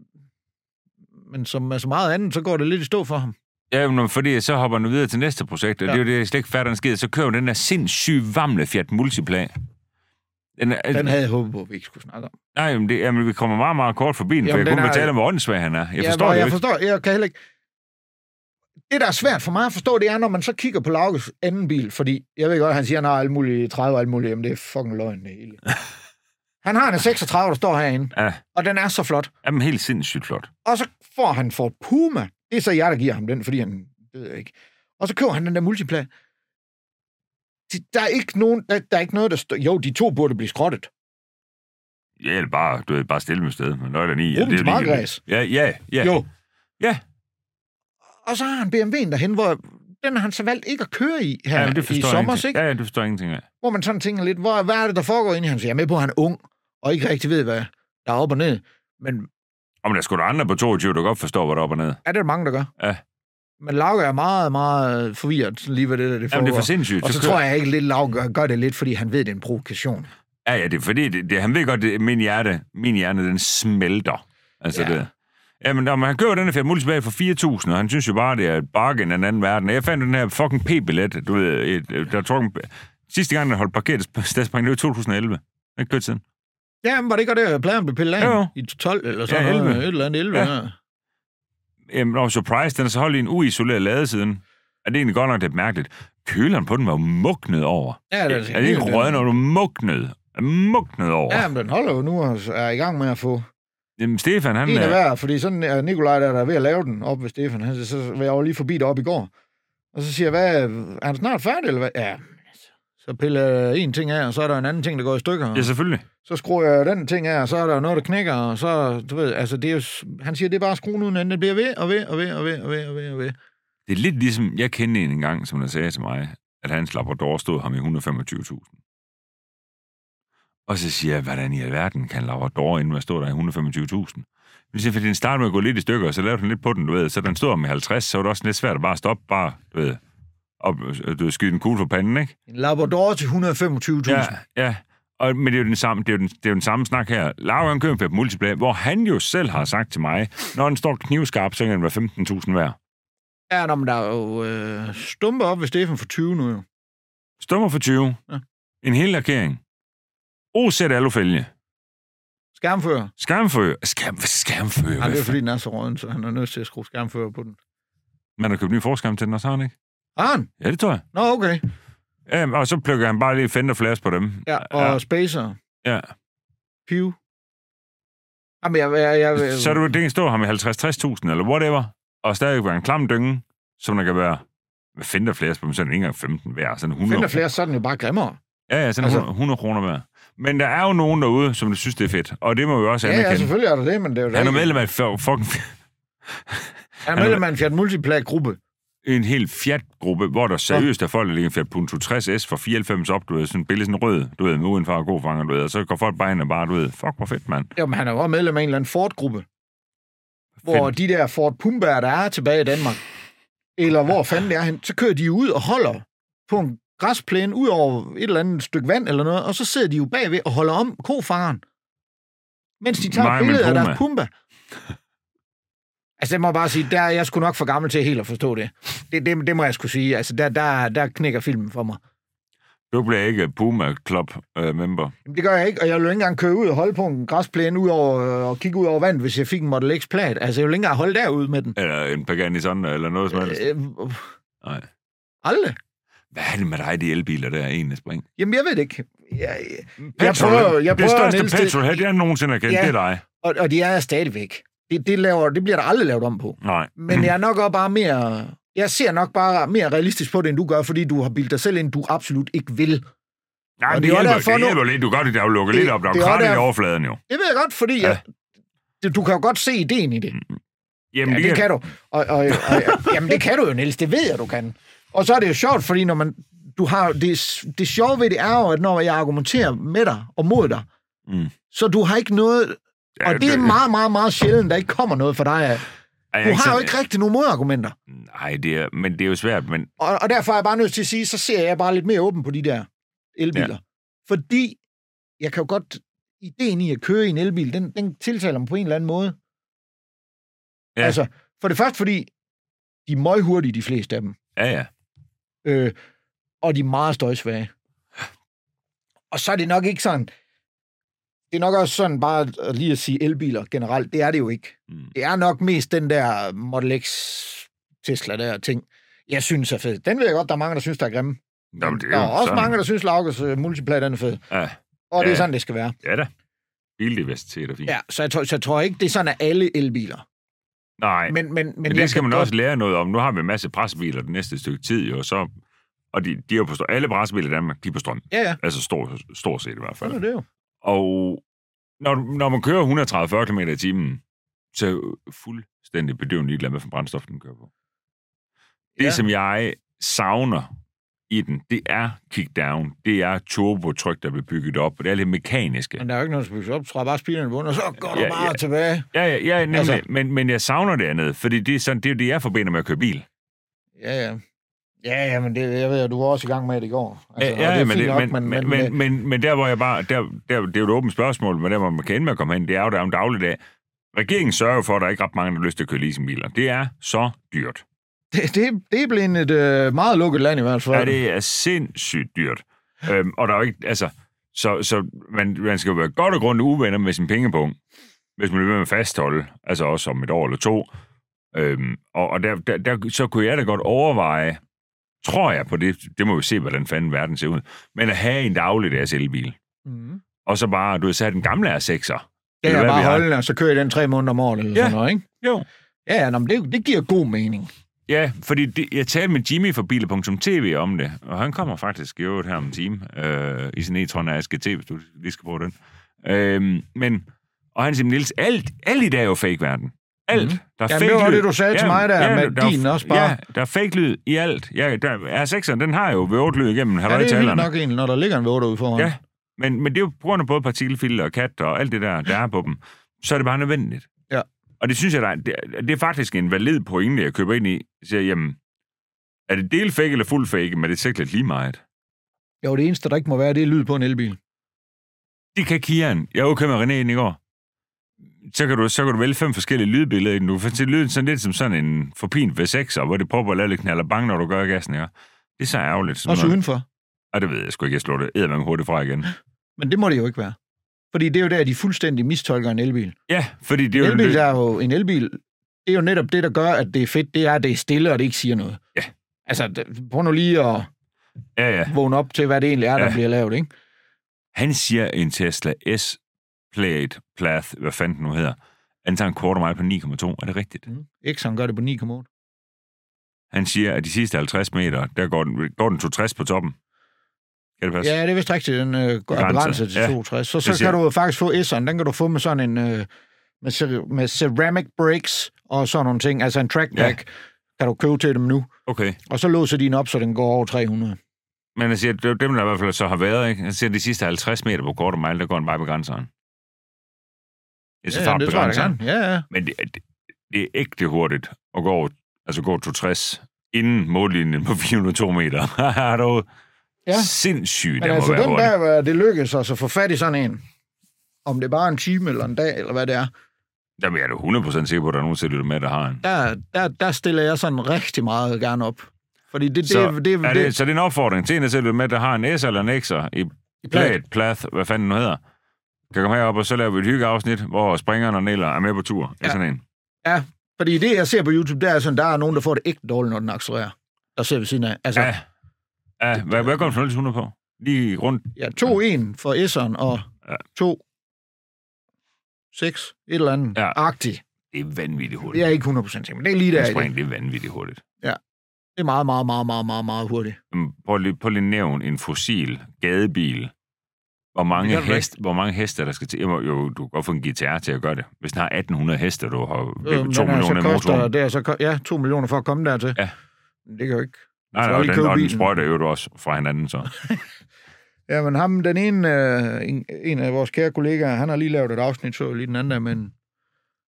B: men som med så meget andet, så går det lidt i stå for ham.
A: Ja, men fordi så hopper han videre til næste projekt, og ja.
B: Ja.
A: det er jo det, jeg slet ikke fatter en skid. Så kører den der sindssyge vamle Fiat Multipla. Den, er-
B: Den havde jeg håbet på, at vi ikke skulle snakke om.
A: Nej, men det, jamen, vi kommer meget, meget kort forbi den, for
B: Jamen,
A: jeg kunne
B: den
A: ikke
B: er-
A: tale om, hvor åndssvag han er. Jeg forstår
B: hvor
A: det jo
B: jeg
A: ikke.
B: forstår, jeg kan heller ikke... Det, der er svært for mig at forstå, det er, når man så kigger på Laukes anden bil, fordi jeg ved godt, at han siger, at han har alt muligt 30 og alt muligt, jamen det er fucking løgn det hele. Han har en 36, der står herinde,
A: Ja,
B: og den er så flot.
A: jamen helt sindssygt flot.
B: Og så får han for Puma. Det er så jeg, der giver ham den, fordi han... Det ved jeg ikke. Og så køber han den der multiplan. Der er ikke nogen, der, der er ikke noget, der står... Jo, de to burde blive skrottet.
A: Ja, eller bare, du ved, bare stille med sted. Men nøglen i, ja,
B: Brug dem
A: det
B: til
A: er jo lige...
B: markræs.
A: Ja, ja, ja.
B: Jo.
A: Ja.
B: Og så har han BMW'en derhen, hvor den har han så valgt ikke at køre i her
A: Ja,
B: ja,
A: men det
B: i
A: forstår jeg
B: sommer,
A: ingenting.
B: ikke?
A: Ja, ja, det forstår jeg ingenting af.
B: Hvor man sådan tænker lidt, hvor, hvad er det, der foregår inde i hans? Jeg er med på, at han er ung, og ikke rigtig ved, hvad der er op og ned. Men
A: Og men der er sgu da andre på 22, der godt forstår, hvad der er op og ned.
B: er det der mange, der gør?
A: Ja.
B: Men Lauke er meget, meget forvirret lige ved det, der det foregår.
A: Jamen, det er for sindssygt.
B: og så
A: kører-
B: tror jeg ikke, lidt Lauke gør, gør det lidt, fordi han ved, det er en provokation.
A: Ja, ja, det er fordi, det, det, han ved godt, at min hjerte, min hjerne, den smelter. Altså, ja.
B: Ja.
A: det. Jamen, når man, han køber den her Fiat Multipla for 4.000, og han synes jo bare, det er et bargain af en anden verden. Jeg fandt den her fucking p-billet, du ved, et, øh, der tror Sidste gang, den holdt parkeret på Stadsbanken, det var i 2011. Det er ikke kørt siden.
B: Ja, men var det ikke godt, at pladen blev pillet af
A: Jo, jo.
B: i 12 eller sådan
A: Ja, 11.
B: noget? Et eller andet 11,
A: Ja.
B: ja.
A: Jamen, og surprise, den er så holdt i en uisoleret ladesiden. Er det egentlig godt nok lidt mærkeligt? Køleren på den var jo mugnet over.
B: Ja, den-
A: er det ikke
B: den-
A: røget, når du er mugnet? Er mugnet over?
B: Ja, men den holder jo nu og er i gang med at få
A: Jamen, Stefan, han...
B: en af
A: øh,
B: hver, fordi sådan er Nikolaj, der er ved at lave den op ved Stefan. Han, siger, så var jeg jo lige forbi deroppe i går. Og så siger jeg, hvad, er han snart færdig, eller hvad? Ja, men altså, så piller jeg en ting af, og så er der en anden ting, der går i stykker.
A: Ja, selvfølgelig.
B: Så skruer jeg den ting af, og så er der noget, der knækker, og så, du ved, altså, det er jo, s- han siger, det er bare skruen uden anden, det bliver ved og ved og ved og ved og ved og ved og ved.
A: Det er lidt ligesom, jeg kendte en engang, som der sagde til mig, at hans Labrador stod ham i 125.000. Og så siger jeg, hvordan i alverden kan en Labrador inden man stå der i 125.000? Men så fordi den startede med at gå lidt i stykker, og så lavede den lidt på den, du ved. Så da den stod om i 50, så var det også lidt svært at bare stoppe, bare, du ved, og øh, du ved, skyde en kugle for panden, ikke?
B: En Labrador til 125.000.
A: Ja, ja. Og, men det er, jo den samme, det, er jo den, det er jo den samme snak her. Laura han køber en multiplayer, hvor han jo selv har sagt til mig, når den står knivskarp, så kan den være 15.000 værd.
B: Ja, nå, men der er jo øh, stumper op ved Stefan for 20 nu, jo.
A: Stummer for 20.
B: Ja.
A: Ja. En hel lakering. OZ alufælge.
B: Skærmfører.
A: Skærmfører. Skærm, skærmfører.
B: Ja,
A: hvad
B: det
A: fanden?
B: er fordi, den er så råden, så han er nødt til at skrue skærmfører på den.
A: Man har købt ny forskærm til den, og så har han ikke?
B: Har han?
A: Ja, det tror jeg.
B: Nå, okay.
A: Ja, og så plukker han bare lige fender flash på dem.
B: Ja, og ja. spacer.
A: ja.
B: Piv. Jamen, Ah, jeg, jeg, jeg, jeg
A: Så er du, det kan stå ham i 50-60.000 eller whatever, og stadig være en klam dynge, som der kan være hvad finder flere på, men så er den ikke engang 15 værd. Sådan 100,
B: finder flere, så er den jo bare grimmere.
A: Ja, ja, sådan altså,
B: Altså-
A: 100, 100 kroner værd. Men der er jo nogen derude, som synes, det er fedt, og det må vi også
B: Ja, ja,
A: anerkende.
B: selvfølgelig er der det, men det er jo
A: han er
B: ikke-
A: medlem af et fu- fucking
B: Han er medlem af en Fiat Multiplayer-gruppe.
A: en hel Fiat-gruppe, hvor der seriøst er folk, der ligger en Fiat Punto 60S fra 94 op, du ved, sådan billede sådan rød, du ved, med udenfor og god fanger, du ved, og så går folk bare ind og bare, du ved, fuck, hvor fedt, mand.
B: Jamen, han er jo også medlem af en eller anden Ford-gruppe. Hvor
A: Fedt.
B: de der Ford Pumbær, der er tilbage i Danmark, eller hvor fanden det er hen, så kører de jo ud og holder på en græsplæne ud over et eller andet stykke vand eller noget, og så sidder de jo bagved og holder om kofangeren, mens de tager
A: Mange med
B: billeder af
A: Puma.
B: deres Pumba. Altså, det må jeg bare sige, der er jeg sgu nok for gammel til helt at forstå det. Det, det, det må jeg skulle sige. Altså, der, der, der knækker filmen for mig.
A: Du bliver ikke Puma Club uh, member.
B: Jamen, det gør jeg ikke, og jeg vil jo ikke engang køre ud og holde på en græsplæne ud over, øh, og kigge ud over vandet, hvis jeg fik en Model X plat. Altså, jeg vil ikke engang holde derude med den.
A: Eller en Pagani sådan, eller noget som helst.
B: Øh, øh,
A: Nej.
B: aldrig.
A: Hvad er det med dig, de elbiler der, egentlig spring?
B: Jamen, jeg ved det ikke. Jeg, jeg, jeg
A: Petrol-
B: prøver, jeg
A: det
B: prøver
A: største
B: det-
A: petrolhead, jeg nogensinde har kendt,
B: Ja.
A: ja. det er dig.
B: og, og de er jeg stadigvæk. Det, det, laver, det bliver der aldrig lavet om på.
A: Nej.
B: Men jeg er nok også bare mere... Jeg ser nok bare mere realistisk på det, end du gør, fordi du har bildt dig selv ind, du absolut ikke vil.
A: Nej,
B: og
A: det,
B: det
A: det,
B: er
A: hjælper,
B: derfor
A: det
B: nu-
A: hjælper lidt. Du gør det, der er jo lukket
B: Det-
A: lidt op. Der er
B: det
A: jo
B: er
A: krat i
B: derfor-
A: overfladen, jo.
B: Det ved jeg godt, fordi
A: Ja.
B: ja. jeg, det- du kan jo godt se ideen i det.
A: Jamen,
B: Ja, det kan du. Og, og, og, og, jamen, det kan du jo, Niels. Det ved jeg, du kan. Og så er det jo sjovt, fordi når man, du har, det, det sjove ved det er jo, at når jeg argumenterer med dig og mod dig,
A: Mm.
B: så du har ikke noget...
A: Ja,
B: og det er
A: det-
B: meget, meget, meget sjældent, der ikke kommer noget for dig af.
A: Er jeg
B: Du har jo
A: sådan-
B: ikke rigtig nogen modargumenter.
A: Nej, det er, men det er jo svært, men
B: Og, og derfor er jeg bare nødt til at sige, så ser jeg bare lidt mere åben på de der elbiler. Ja. Fordi jeg kan jo godt... Ideen i at køre i en elbil, den, den tiltaler mig på en eller anden måde.
A: Ja.
B: Altså, for det første, fordi de er meget hurtige, de fleste af dem.
A: ja, ja.
B: Øh, og de er meget støjsvage. Og så er det nok ikke sådan... Det er nok også sådan bare at lige at sige elbiler generelt. Det er det jo ikke.
A: Mm.
B: Det er nok mest den der Model X Tesla der ting, jeg synes er fed. Den ved jeg godt, der er mange, der synes, der er grimme.
A: Jamen, det er
B: der er
A: jo
B: også
A: sådan.
B: mange, der synes, Laukes uh, multiplat den er fed.
A: Ja,
B: Og det er
A: Ja.
B: sådan, det skal være.
A: ja da. Bildiversitet er fint. Ja.
B: Ja, så jeg, tror, så jeg tror ikke, det er sådan, at alle elbiler.
A: Nej, men,
B: Men, men, men,
A: men
B: jeg
A: det skal
B: kan
A: man
B: godt-
A: også lære noget om. Nu har vi en masse presbiler det næste stykke tid, jo, og så... Og de, de er jo på strøm. Alle presbiler i Danmark, de er på strøm.
B: Ja, ja.
A: Altså stort, stort set i hvert fald.
B: Sådan er det jo.
A: Og når, du- når man kører 130-40 km i timen, så er jeg fuldstændig bedøvende ligeglad med, hvad for brændstof den kører på. Det,
B: Ja.
A: ja. som jeg savner i den, det er kickdown. Det er turbotryk, der bliver bygget op. Og det er lidt mekaniske.
B: Men der er jo ikke noget, der skal bygges op. Du træder bare spilerne bunden, og så går du
A: Ja,
B: bare
A: ja.
B: tilbage.
A: Ja, ja, ja nemlig.
B: Altså-
A: Altså. Men, men jeg savner det andet, fordi det er, sådan, det, er jo det, jeg forbinder med at køre bil.
B: Ja, ja. Ja, ja, men det, jeg ved, at du var også i gang med det i går. Altså,
A: Ja,
B: og
A: ja,
B: er
A: men
B: fint
A: det-
B: nok,
A: men- men- men- men- men der, hvor jeg bare... Der, der, det er jo et åbent spørgsmål, men der, hvor man kan ende med at komme hen, det er jo, der er en dagligdag. Regeringen sørger jo for, at der er ikke ret mange, der har lyst til at køre leasingbiler. Det er så dyrt.
B: det, det, det er blevet et øh, meget lukket land i hvert fald.
A: Ja, det er sindssygt dyrt. Øhm, og der er jo ikke... Altså, så, så man, man skal jo være godt og grundigt uvenner med sin pengepunkt, hvis man vil være med at fastholde, altså også om et år eller to, Øhm, og og der, der, der, så kunne jeg da godt overveje, tror jeg på det, det må vi se, hvordan fanden verden ser ud, men at have en dagligdags elbil,
B: Mm.
A: og så bare, du ved, så have den gamle R6'er.
B: Det
A: Eller
B: er
A: hvad
B: bare
A: vi har.
B: holden, og så kører jeg den tre måneder om året, eller
A: Ja.
B: sådan noget, ikke?
A: Jo.
B: Ja, ja, nå, men det, det giver god mening.
A: Ja, fordi det, jeg talte med Jimmy fra Biler.tv om det, og han kommer faktisk i øvrigt her om en time, øh, i sin e-tron af Aske TV, hvis du lige skal bruge den. Øh, men, og han siger, Nils, alt, alt i dag er jo fake-verden. Alt.
B: Mhm.
A: Der er
B: Jamen, det var det, du sagde til mig der, med
A: er-
B: din også bare.
A: Ja, der er fake-lyd i alt. Ja, der, R6'eren, den har jo V8-lyd igennem
B: Ja, det er vildt
A: halvøjtalerne.
B: nok egentlig, når der ligger en våde ude foran.
A: Ja, men, men det er jo på grund af både partikelfilter og kat og alt det der, der er på dem. Så er det bare nødvendigt.
B: Ja.
A: Og det synes jeg, der er, det, er- det er faktisk en valid pointe, jeg køber ind i. Jeg siger, jamen, er det delfake eller fuld fake, men det er sikkert lige meget.
B: Jo, det eneste, der ikke må være, det er lyd på en elbil.
A: Det kan Kian. Jeg var okay med René ind i går. Så kan, du, så kan du vælge fem forskellige lydbilleder ind. Du får til lyden sådan lidt som sådan en forpint V6'er, hvor det prøver at lave lidt knaller bang, når du gør gassen, ikke? Det er så ærgerligt. sådan
B: Også
A: noget.
B: udenfor.
A: Og det ved jeg sgu ikke, jeg slår det eddermame hurtigt fra igen.
B: Men det må det jo ikke være. Fordi det er jo der, de fuldstændig mistolker en elbil.
A: Ja, fordi det er
B: En
A: jo...
B: elbil der er jo en elbil. Det er jo netop det, der gør, at det er fedt. Det er, at det er stille, og det ikke siger noget.
A: Ja.
B: Altså, d- prøv nu lige at
A: ja, ja.
B: vågne op til, hvad det egentlig er, der
A: Ja.
B: ja. bliver lavet, ikke?
A: Han siger en Tesla S Plate, Plath, hvad fanden den nu hedder. Han tager en quarter mile på 9,2. Er det rigtigt?
B: Exxon gør det på 9,8.
A: Han siger, at de sidste 50 meter, der går den, går den 260 på toppen. Kan det passe?
B: Ja, det er vist rigtigt, den øh, er
A: Begrænset,
B: begrænset til
A: ja.
B: 62. Så,
A: Det
B: så
A: siger-
B: kan du jo faktisk få S'eren. Den kan du få med sådan en... Øh, med, cer- med ceramic brakes og sådan nogle ting. Altså en trackpack ja. kan du købe til dem nu.
A: Okay.
B: Og så låser de den op, så den går over 300.
A: Men han siger, det er dem, der i hvert fald så har været, ikke? Han siger, at de sidste 50 meter på quarter mile, der går den bare begrænseren. Det er så ja,
B: det tror jeg, da
A: begrænseren.
B: gerne. Ja, ja.
A: Men det, er- det, det er ægte hurtigt at gå over, altså gå 260 inden mållinjen på 402 meter. Haha, det er jo
B: Ja.
A: sindssygt,
B: Men
A: der må
B: altså,
A: være
B: den
A: hurtigt.
B: der, hvor det lykkes os at få fat i sådan en, om det er bare en time eller en dag, eller hvad det er,
A: Jamen, jeg er da 100% sikker på, at der er nogen til at lytte med, der har en.
B: der, der, der stiller jeg sådan rigtig meget gerne op. Fordi det, det,
A: Så
B: det, det,
A: Er det, så det er en opfordring til en, der selv vil med, der har en S eller en X'er i Plat, Plath, hvad fanden den nu hedder. Kan komme herop, og så laver vi et hyggeafsnit, hvor springeren og Neller er med på tur. Ja.
B: Ja.
A: Sådan en.
B: Ja, fordi det, jeg ser på YouTube, der er sådan, der er nogen, der får det ægte dårligt, når den accelererer. Der ser ved siden af. Altså,
A: Ja. ja. Hvad, hvad går den 100 på? Lige rundt.
B: ja, 2-1 for S'eren og
A: Ja.
B: 2 6, et eller andet,
A: Ja.
B: ja. agtigt.
A: Det er vanvittigt
B: Det
A: hurtigt.
B: er ikke 100% sikker, men det er lige der.
A: Ja,
B: i
A: spring,
B: Det
A: det er vanvittigt hurtigt.
B: Det er meget, meget, meget, meget, meget, meget hurtigt.
A: Jamen, Prøv lige, prøv lige at nævne en fossil gadebil. Hvor
B: Det
A: mange,
B: gør det da
A: hest, hvor mange hester, der skal til? Jamen, Jo, du kan godt få en GTR til at gøre det. Hvis den har 1800 hester, du har
B: Øh,
A: øh, 2
B: den er
A: millioner i
B: så koster,
A: motoren.
B: det er så, ko- ja, 2 millioner for at komme dertil.
A: Ja.
B: Men Det kan jo ikke.
A: Nej,
B: så
A: nej, og
B: lige
A: den,
B: købe
A: og den
B: bilen.
A: sprøjter jo også fra hinanden, så.
B: Ja, men ham, den ene, øh, en, en af vores kære kollegaer, han har lige lavet et afsnit, så jeg lige den anden der, men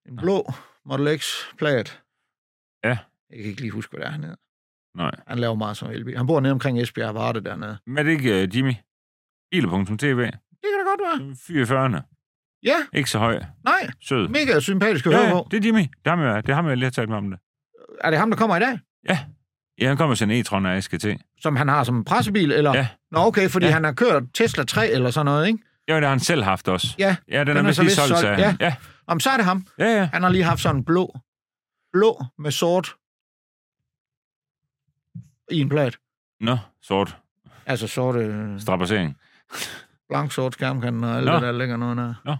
B: en blå Model X Plaid.
A: Ja.
B: Jeg kan ikke lige huske, hvad det er, han hedder.
A: Nej.
B: Han laver meget som elbil. Han bor nede omkring Esbjerg og Varde dernede.
A: Men er det ikke uh, Jimmy? Ile.tv.
B: Det kan da godt være.
A: 44.
B: Ja,
A: Ikke så høj.
B: nej.
A: Sød.
B: Mega sympatisk at
A: Ja,
B: høre
A: ja,
B: på.
A: det er Jimmy. Det har, jeg, det har jeg lige talt med om det.
B: Er det ham, der kommer i dag?
A: Ja, han kommer til en e-tron af SKT.
B: Som han har som en pressebil, eller?
A: Ja.
B: Nå, okay, fordi
A: Ja.
B: ja. han har kørt Tesla 3 eller sådan noget, ikke?
A: Jo, det har han selv haft også.
B: Ja,
A: ja den, den er vist lige solgt, sagde han. Ja.
B: Om så er det ham.
A: ja, ja.
B: Han har lige haft sådan en blå, blå med sort i en plat.
A: Nå, sort.
B: Altså sorte, øh,
A: Strapassering.
B: blank sort skærmkanten og alt
A: Nå.
B: det der ligger noget der.
A: Nå.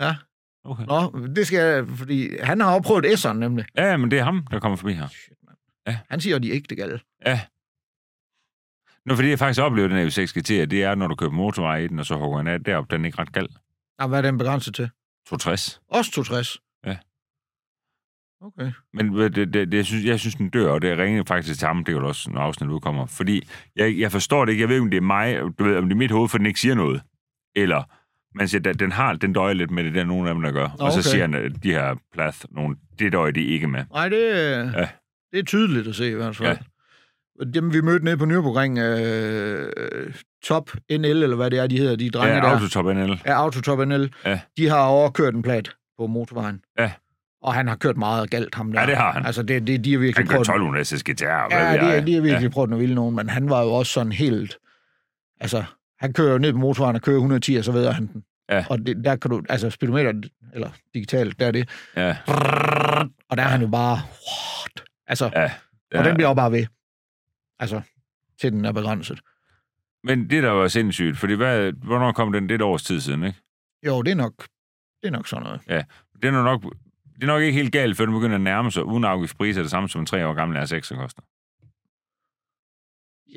B: Ja,
A: Okay.
B: nå, det skal jeg, fordi han har også prøvet S'eren nemlig.
A: Ja, ja, men det er ham, der kommer forbi her.
B: Shit, mand.
A: Ja.
B: Han siger, at de ikke det galt.
A: Ja. Nå, fordi jeg faktisk oplever den her V6 GT, det er, når du køber motorvej i den, og så hugger den af deroppe, den er ikke ret galt.
B: Nå, hvad er den begrænset til?
A: 260.
B: Også 62?
A: Ja.
B: Okay.
A: Men ved- det, det, det, jeg, synes, jeg synes, den dør, og det ringer faktisk til ham, det er jo også, når afsnittet udkommer. Fordi jeg, jeg forstår det ikke, jeg ved ikke, om det er mig, du ved, om det er mit hoved, for den ikke siger noget. Eller, man siger, den- den har, den døjer lidt med det, der er nogen af dem, der gør.
B: Nå,
A: Og så
B: okay.
A: siger han, at de her plath, nogen, det døjer de ikke med.
B: Nej, det,
A: Ja.
B: ja. det er tydeligt at se i hvert fald. Ja. Dem, vi mødte nede på Nürburgring, øh, Top NL, eller hvad det er, de hedder, de drenge
A: Ja,
B: der.
A: Autotop NL.
B: af Autotop NL,
A: Ja.
B: de har overkørt en plat på motorvejen.
A: Ja.
B: Og han har kørt meget galt, ham der.
A: Ja, det har han.
B: Altså, det, det, de har
A: Han
B: virkelig
A: kører
B: prøvet...
A: 1200 SS guitar, og
B: Ja,
A: hvad ved
B: de,
A: jeg.
B: de har virkelig ja. prøvet noget vildt nogen, men han var jo også sådan helt... Altså, han kører jo ned på motorvejen og kører 110, og så ved han den.
A: Ja.
B: Og det, der kan du... Altså, speedometer eller digitalt, der er det.
A: Ja,
B: Og der er han jo bare, what? Altså,
A: ja.
B: ja. og
A: ja.
B: den bliver jo bare ved. Altså, til den er begrænset.
A: Men det der var sindssygt, fordi hvad, hvornår kom den? Det er et års tid siden, ikke?
B: Jo, det er nok, det er nok sådan noget.
A: Det er nu nok, det er nok ikke helt galt, før den begynder at nærme sig, uden afgiftspriser det samme som en tre år gammel r 6 koster.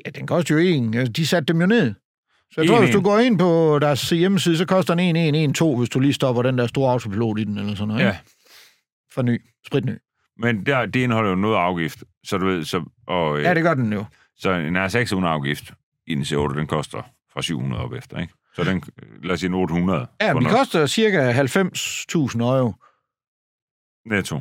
B: Ja, den koster jo en. Altså, De satte dem jo ned. Så jeg
A: En,
B: tror, hvis
A: en.
B: du går ind på deres hjemmeside, så koster den 1112, hvis du lige stopper den der store autopilot i den, eller sådan noget.
A: Ja.
B: ikke? For ny. Spritny.
A: Men der, det indeholder jo noget afgift, så du ved, så, og, øh,
B: Ja, det gør den jo.
A: så en R6 uden afgift i en C8, den koster fra 700 op efter, ikke? Så den, øh, lad os sige en 800.
B: Ja,
A: for
B: men de
A: noget
B: koster cirka 90.000 euro.
A: Netto.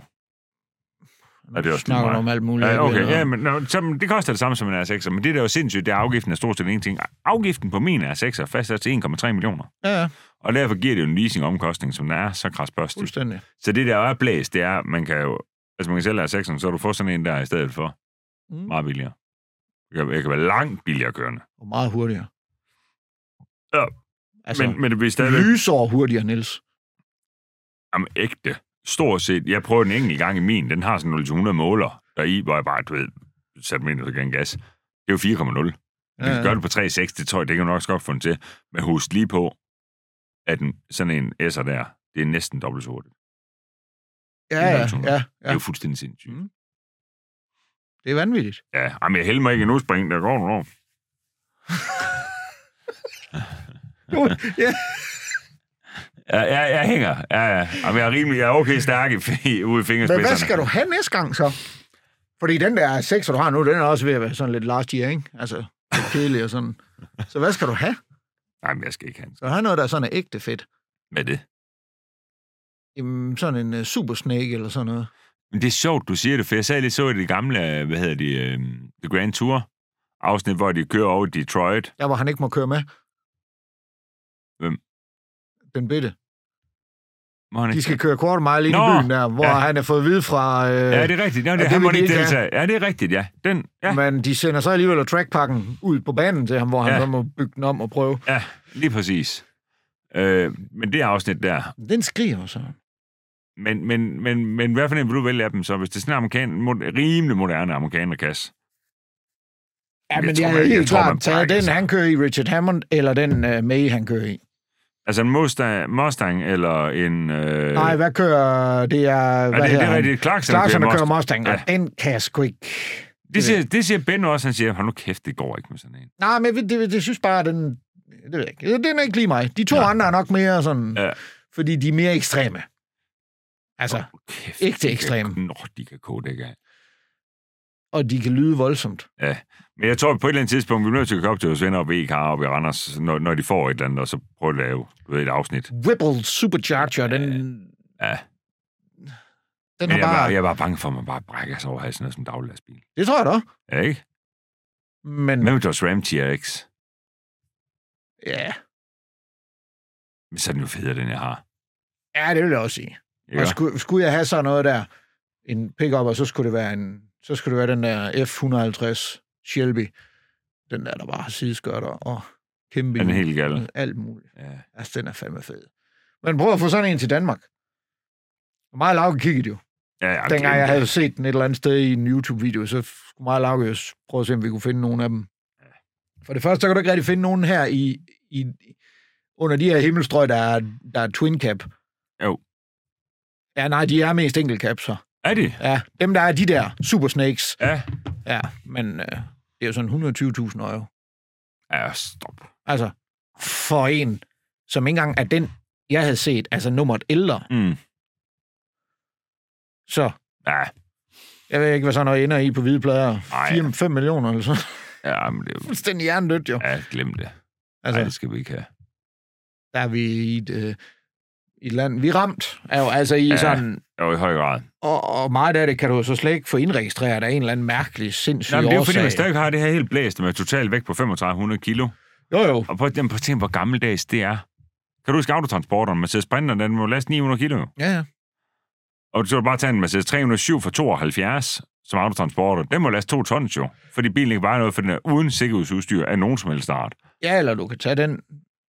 A: Ja, det er også lige
B: snakker
A: meget.
B: du om alt muligt.
A: Ja, okay,
B: Eller-
A: ja, men nå, så, men det koster det samme som en R6, men det der er jo sindssygt, det er, at afgiften er stort set ingenting. Afgiften på min R6 er fastsat til 1,3 millioner.
B: ja, ja,
A: Og derfor giver det jo en leasingomkostning, som den er så krasbørstig.
B: fuldstændig.
A: Så det der er blæst, det er, at man kan jo... Altså, man kan sælge R6'eren, så du får sådan en der i stedet for.
B: Mm.
A: Meget billigere. Jeg kan, jeg kan være langt billigere kørende.
B: Og meget hurtigere.
A: Ja,
B: altså,
A: men, men det bliver stadigvæk
B: lysår hurtigere, Niels.
A: jamen, ægte. Stort set. Jeg prøvede den enkelt gang i min. Den har sådan 0-100 måler deri, hvor jeg bare, du ved, satte mig ind og så gav den gas. Det er jo 4,0. Ja, ja. Du
B: Ja, ja.
A: kan gøre det på 3,6, det tror jeg, det kan du nok godt få den til. Men husk lige på, at en, sådan en S'er der, det er næsten dobbelt så hurtigt.
B: Ja, ja,
A: Lysår.
B: ja,
A: Ja. Det er
B: ja.
A: jo fuldstændig sindssygt.
B: Mm. Det er vanvittigt.
A: Ja, jamen, jeg hælder mig ikke endnu spring, der går nogle år.
B: Jo, ja.
A: Ja, ja, jeg hænger. Ja, ja. Jamen, jeg er rimelig, jeg er okay stærk i, i, ude i
B: Men
A: fingerspidserne.
B: hvad skal du have næste gang så? Fordi den der sekser, du har nu, den er også ved at være sådan lidt last year, ikke? Altså, lidt kedelig og sådan. Så hvad skal du have?
A: Nej, men jeg skal ikke have en-
B: Så have noget, der sådan er ægte fedt.
A: Hvad er det?
B: Jamen, sådan en uh, super snake eller sådan noget.
A: Men det er sjovt, du siger det, for jeg sad lige så i det gamle, hvad hedder det, øh, The Grand Tour afsnit, hvor de kører over i Detroit.
B: Der, hvor han ikke må køre med.
A: Hvem?
B: Den bitte.
A: Må han
B: De
A: ikke...
B: skal køre kort mile ind i
A: Nå,
B: byen der, hvor
A: ja.
B: han er fået at vide fra... Øh,
A: Ja, det er rigtigt. Nå, det,
B: det
A: han
B: vil
A: må
B: de
A: ikke
B: ikke have.
A: deltage. Ja, det er rigtigt, ja. Den, ja,
B: Men de sender så alligevel trackpakken ud på banen til ham, hvor han
A: Ja.
B: ja. så må bygge den om og prøve.
A: ja lige præcis. Øh, men det afsnit der,
B: Den skriger så.
A: Men, men, men, men hvad for en vil du vælge af dem så, hvis det er sådan en amerikan, mod, rimelig moderne amerikanerkasse?
B: Ja,
A: Jeg
B: men
A: tror,
B: jeg,
A: man-
B: er
A: jeg
B: helt
A: tror, man
B: klart taget
A: brækker
B: den,
A: sig.
B: han kører i Richard Hammond, eller den uh, May, han kører i.
A: Altså en Mustang, Mustang eller en... Øh,
B: Nej, hvad kører... Det er... Hvad
A: er det, det
B: hedder
A: er
B: han?
A: rigtigt. Clarkson,
B: Clarkson, der kører
A: Mustang.
B: Mustang, og
A: Ja.
B: den kan jeg sgu ikke...
A: Det siger, det siger Ben også, han siger, hold nu kæft, det går ikke med sådan en.
B: Nej, men det, det, det synes bare, den... Det ved jeg ikke. Den er ikke lige mig. De to
A: Nej.
B: andre er nok mere sådan...
A: Ja.
B: Fordi de er mere ekstreme. Altså,
A: Hold nu kæft,
B: ikke til
A: de kan-
B: ekstreme.
A: Nå, de kan kode ikke af.
B: og de kan lyde voldsomt.
A: Men jeg tror, på et eller andet tidspunkt, vi bliver nødt til at komme op til vores venner op i E Ekar op i Randers, når, når de får et eller andet, og så prøve at lave du ved, et afsnit.
B: Whipple Supercharger, den...
A: Ja.
B: Den
A: Men
B: har
A: jeg,
B: bare...
A: var, jeg var bange for, at man bare brækker sig over at have sådan noget som daglastbil.
B: Det tror jeg da.
A: Ja, ikke?
B: Men
A: Hvem er Dodge Ram TRX?
B: ja,
A: Men så er den jo federe, den jeg har.
B: ja, det vil jeg også sige.
A: Ikke?
B: Og skulle, skulle jeg have sådan noget der, en pickup, og så skulle det være en, så skulle det være den der F150 Shelby. Den der, der bare har sideskørter og kæmpe
A: Er den
B: hjul
A: helt gal?
B: og alt muligt.
A: Ja.
B: Altså, den er fandme fed. Men prøv at få sådan en til Danmark. Og Maja Lauke kiggede jo.
A: Ja, ja,
B: Dengang
A: det-
B: jeg havde set den et eller andet sted i en YouTube-video, så skulle Maja Lauke jo s- prøve at se, om vi kunne finde nogen af dem. For det første, så kan du ikke rigtig finde nogen her i, i under de her himmelstrøg, der er, der er twin cap.
A: Jo.
B: Ja, nej, de er mest enkelt cap, så.
A: Er de?
B: Ja, dem der er de der super snakes.
A: Ja.
B: Ja, men øh, det er jo sådan 120.000 euro.
A: Ja, stop.
B: Altså, for en, som ikke engang er den, jeg havde set, altså nummeret ældre.
A: Mm.
B: Så
A: Ja,
B: jeg ved ikke, hvad sådan noget ender i på hvide plader.
A: Ej.
B: 4-5 millioner eller sådan.
A: ja, men det er jo...
B: Fuldstændig hjernedødt jo.
A: Ja, glem det. Altså,
B: Altså,
A: Ej, det skal vi ikke have.
B: der er vi i et, øh, i et land. Vi er ramt er jo altså i
A: Ja.
B: ja. sådan...
A: Jo, i høj grad.
B: Og, og meget af det kan du så slet ikke få indregistreret af en eller anden mærkelig, sindssyg
A: Nej, men det er jo
B: årsag.
A: fordi, man stadig har det her helt blæst med total vægt på 3500 kilo.
B: Jo, jo.
A: Og prøv at jamen, prøv at tænke, hvor gammeldags det er. Kan du huske autotransporteren? Mercedes Sprinter, den må laste 900 kilo. jo.
B: Ja, ja.
A: Og så kan du bare tage en Mercedes 307 fra 72 som autotransporter. Den må laste 2 tons jo. Fordi bilen ikke vejer noget, for den er uden sikkerhedsudstyr af nogen som helst start.
B: Ja, eller du kan tage den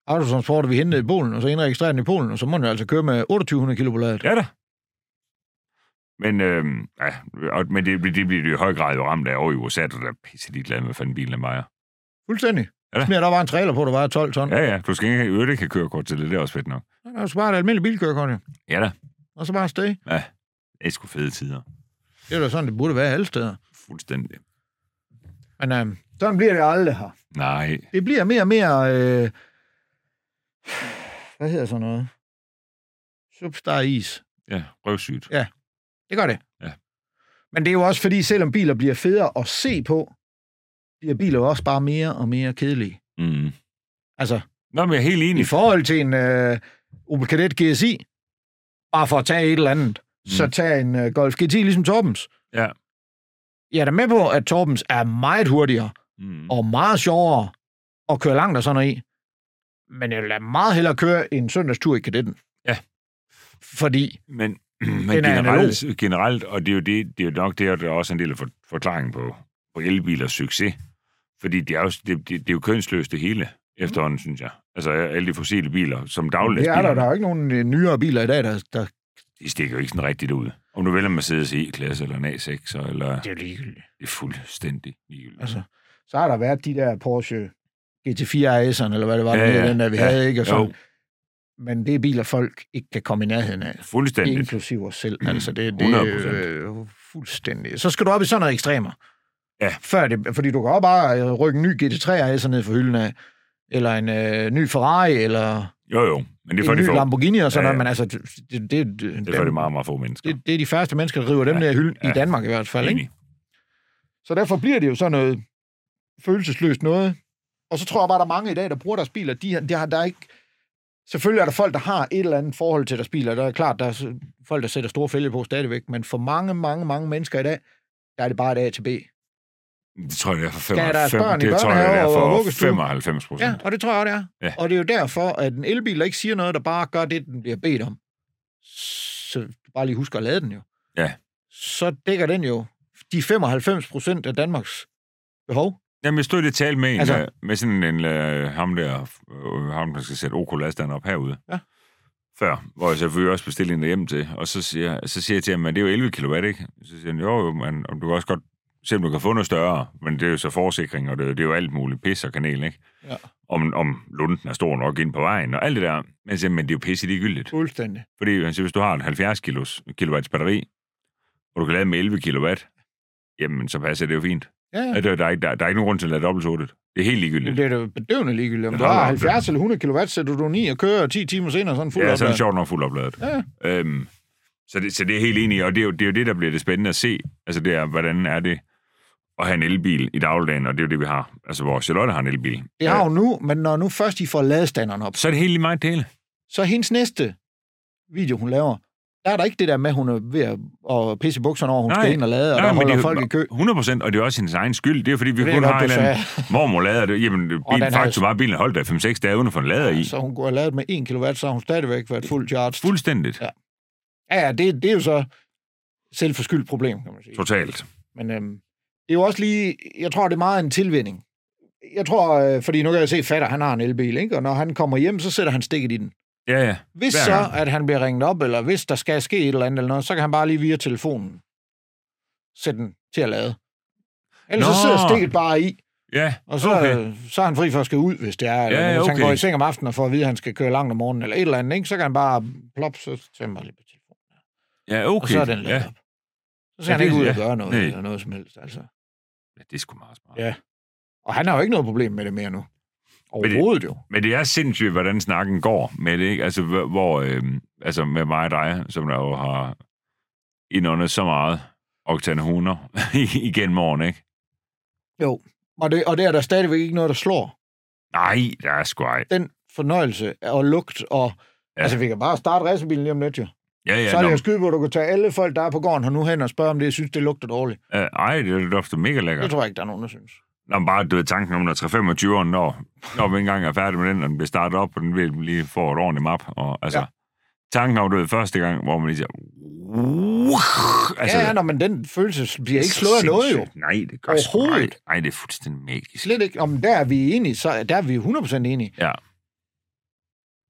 B: autotransporter, vi hentede i Polen, og så indregistrerer den i Polen, og så må den jo altså køre med 2800 kilo på ladet.
A: Ja da. Men, øh, ja, og, men det, det bliver det i høj grad jo ramt af over i USA, der er pisse dit land, hvad fanden bilen er vejer.
B: Fuldstændig.
A: Ja da.
B: Ja. Smider der bare en trailer på, der vejer 12 ton. Ja.
A: Ja, ja, du skal ikke i øvrigt ikke have kørekort til det, det er også fedt nok.
B: Der er så bare et almindeligt bilkørekort, jo.
A: Ja da,
B: og så bare stay.
A: det er sgu fede tider.
B: Det er da sådan, det burde være alle steder.
A: Fuldstændig.
B: Men øh, sådan bliver det aldrig her.
A: Nej,
B: Det bliver mere og mere... Øh, hvad hedder sådan noget? Substar is.
A: ja, røvsygt.
B: Det gør det.
A: Ja.
B: Men det er jo også fordi, selvom biler bliver federe at se på, bliver biler jo også bare mere og mere kedelige.
A: Mm.
B: Altså,
A: Nå, men jeg er helt
B: i
A: enig.
B: forhold til en øh, Opel Kadett GSI, bare for at tage et eller andet, mm. så
A: Mm.
B: tag en øh, Golf GT ligesom Torbens.
A: Ja.
B: Jeg er da med på, at Torbens er meget hurtigere,
A: Mm.
B: og meget sjovere at køre langt og sådan noget i. Men jeg vil da meget hellere køre en søndagstur i kadetten.
A: Ja.
B: Fordi,
A: Men, men
B: Den er
A: generelt, generelt, og det er jo, det, det er jo nok det, og der er også en del af for, forklaringen på, på elbilers succes. Fordi det er jo, det, det, det er jo kønsløst det hele, efterhånden, synes jeg. Altså alle de fossile biler, som
B: Mm. det er der, der
A: dagligdagsbiler,
B: er jo ikke nogen øh, nyere biler i dag, der, der
A: de stikker jo ikke sådan rigtigt ud. Om du vælger en Mercedes E-klasse, eller en A6, er, eller
B: det er jo ligegyldigt.
A: det er fuldstændig ligegyldigt.
B: Altså, så har der været de der Porsche GT4 RS'erne, eller hvad det var,
A: Ja,
B: ja, ja,
A: ja,
B: den der, vi
A: ja.
B: ja, havde, ikke? Og
A: jo,
B: sådan. Men det er biler, folk ikke kan komme i nærheden af.
A: fuldstændig. Mm.
B: Inklusiv os selv. Altså, det, det
A: 100%.
B: er øh, fuldstændig. Så skal du op i sådan noget ekstremer.
A: Ja.
B: Før det, fordi du kan også bare øh, rykke en ny GT3 RS'er ned for hylden af, eller en øh, ny Ferrari, eller
A: Jo, jo, men det er for
B: en
A: de
B: ny
A: få.
B: Lamborghini og sådan
A: Ja,
B: noget,
A: ja.
B: men altså, det, det, det,
A: Det er for de meget, meget få mennesker.
B: det, det er de første mennesker, der river dem
A: Ja,
B: der i hylden,
A: ja.
B: i Danmark i hvert fald, ikke?
A: Enig.
B: Så derfor bliver det jo sådan noget følelsesløst noget. Og så tror jeg bare, der er mange i dag, der bruger deres biler. De, har- de har, der er ikke... Selvfølgelig er der folk, der har et eller andet forhold til deres biler. Der er klart, der er s- folk, der sætter store fælge på stadigvæk. Men for mange, mange, mange mennesker i dag, der er det bare et A til B.
A: Det tror jeg, det er for
B: der
A: 95,
B: deres børn i
A: det tror jeg, det er
B: børnehave og
A: for
B: vuggestue?
A: 95 procent.
B: Ja, og det tror jeg, det er.
A: Ja.
B: Og det er jo derfor, at en elbil der ikke siger noget, der bare gør det, den bliver bedt om. Så du bare lige husker at lade den jo.
A: Ja.
B: Så dækker den jo de 95 procent af Danmarks behov.
A: Jamen, jeg stod lige og talte med en,
B: Altså-
A: altså... med sådan en, øh, ham der, øh, ham der skal sætte OK-lasteren op herude.
B: Ja.
A: Før, hvor jeg selvfølgelig også bestilte en derhjemme til, og så siger, så siger jeg til ham, at det er jo 11 kW, ikke? Så siger han, jo, jo, men om du kan også godt se, om du kan få noget større, men det er jo så forsikring, og det, er jo- det er jo alt muligt pis og kanel, ikke?
B: Ja.
A: Om, om lunden er stor nok ind på vejen, og alt det der. Men, jeg siger, men det er jo pisse ligegyldigt.
B: Fuldstændig.
A: Fordi han siger, hvis du har en 70 kilos, kilowatts batteri, og du kan lade med 11 kW, jamen så passer det jo fint.
B: Ja, ja.
A: Ja. Der, der, er ikke, der, der er ikke nogen grund til at lade dobbeltsortet. Det er helt
B: Men
A: ligegyldigt.
B: det er da bedøvende ligegyldigt. Om
A: Det
B: du
A: har du
B: har
A: nok,
B: 70 eller 100 kW, sætter du 9 og kører 10 timer senere, sådan fuld
A: Ja, så er det
B: opladet.
A: sjovt nok fuldt opladet.
B: Ja, ja.
A: Øhm, så, det, så det er helt enig, i, og det er, jo, det er jo det, der bliver det spændende at se. Altså det er, hvordan er det at have en elbil i dagligdagen, og det er jo det, vi har. Altså hvor Charlotte har en elbil.
B: Det har hun nu, men når nu først de får ladestanderen op,
A: Øh, Så er det helt lige meget det hele.
B: så hendes næste video, hun laver, der er der ikke det der med, at hun er ved at, at pisse i bukserne over, hun
A: Nej.
B: skal ind og lade, og
A: Nej,
B: der
A: men
B: holder
A: det er-
B: folk i kø.
A: 100 procent, og det er også hendes egen skyld. Det er jo fordi, vi
B: Det er
A: kun
B: godt,
A: har en
B: du
A: eller anden mormor lader det. Jamen, bilen,
B: den er-
A: faktisk var bilen holdt der 5-6 dage uden at få en lader i.
B: Så hun går og ladet med 1 kW, så har hun stadigvæk været fuld charged.
A: Fuldstændigt.
B: Ja. Ja, ja, det, det er jo så selvforskyldt problem, kan man sige.
A: Totalt.
B: Men øhm, det er jo også lige, jeg tror, det er meget en tilvænning. Jeg tror, øh, fordi nu kan jeg se, fatter, han har en elbil, ikke? og når han kommer hjem, så sætter han stikket i den.
A: Ja, ja.
B: Hvis
A: Hver
B: så,
A: gang.
B: at han bliver ringet op, eller hvis der skal ske et eller andet, eller noget, så kan han bare lige via telefonen sætte den til at lade. Ellers Nå. så
A: Nå.
B: sidder stikket bare i,
A: Ja,
B: og så,
A: Okay.
B: okay. så er han fri for at skal ud, hvis det er. Eller
A: Ja,
B: noget. hvis han
A: okay.
B: går i seng om aftenen og får at vide, at han skal køre langt om morgenen, eller et eller andet, ikke? så kan han bare plop, så tænder lige på telefonen.
A: ja okay.
B: Okay. Og så er den ladet
A: ja.
B: ja. op. Så
A: Ja,
B: skal ja, han ikke
A: det-
B: ud og
A: ja.
B: gøre noget,
A: Nej.
B: eller noget som helst, altså.
A: ja, det er sgu meget smart.
B: Ja. Og han har jo ikke noget problem med det mere nu. Overhovedet jo.
A: Men det er sindssygt, hvordan snakken går med det, ikke? Altså, hvor- hvor, øh, altså med mig og dig, som der jo har indåndet så meget oktan hunder igen morgen, ikke?
B: Jo. Og det, og det er der stadigvæk ikke noget, der slår.
A: Nej, der er sgu ej.
B: Den fornøjelse og lugt og... Ja. Altså, vi kan bare starte racerbilen lige om lidt, jo.
A: Ja, ja,
B: så er det
A: nå,
B: jo skyde, hvor du kan tage alle folk, der er på gården her nu hen og spørge, om det synes, det lugter dårligt. Ja.
A: øh, ej, det dufter mega
B: Det
A: lækkert.
B: tror jeg ikke, der er nogen, der synes.
A: Nå, men bare, du ved, tanken om, når 325'eren, når, når vi engang er færdige med den, og den bliver startet op, og den vil lige få et ordentligt map, og altså,
B: Ja.
A: ja. tanken om, du ved, første gang, hvor man lige siger,
B: Altså, ja, ja, nå, men den følelse bliver ikke slået af noget, jo.
A: Sindssygt. Nej, det gør sgu ej.
B: Overhovedet.
A: Nej, det er fuldstændig magisk.
B: Slet ikke. Om der er vi enige, så der er vi 100% enige.
A: Ja.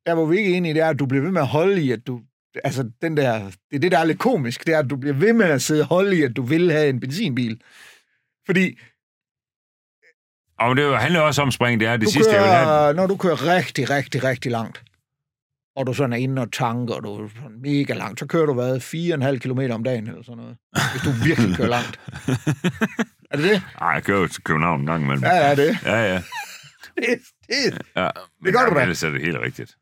B: der hvor vi ikke er enige, det er, at du bliver ved med at holde i, at du... Altså, den der, det er det, der er lidt komisk, det er, at du bliver ved med at sidde og holde i, at du vil have en benzinbil. Fordi
A: Og men det jo- handler også om spring, det er det
B: du
A: sidste, jeg vil have.
B: kører, når du kører rigtig, rigtig, rigtig langt, og du sådan er inde og tanker, og du er sådan mega langt, så kører du hvad, 4,5 km om dagen eller sådan noget, hvis du virkelig kører langt. er det det?
A: Ej, jeg kører jo til København en gang imellem.
B: Ja, ja, det.
A: Ja, ja.
B: det, det.
A: ja.
B: Det gør du da.
A: Ellers er det helt rigtigt.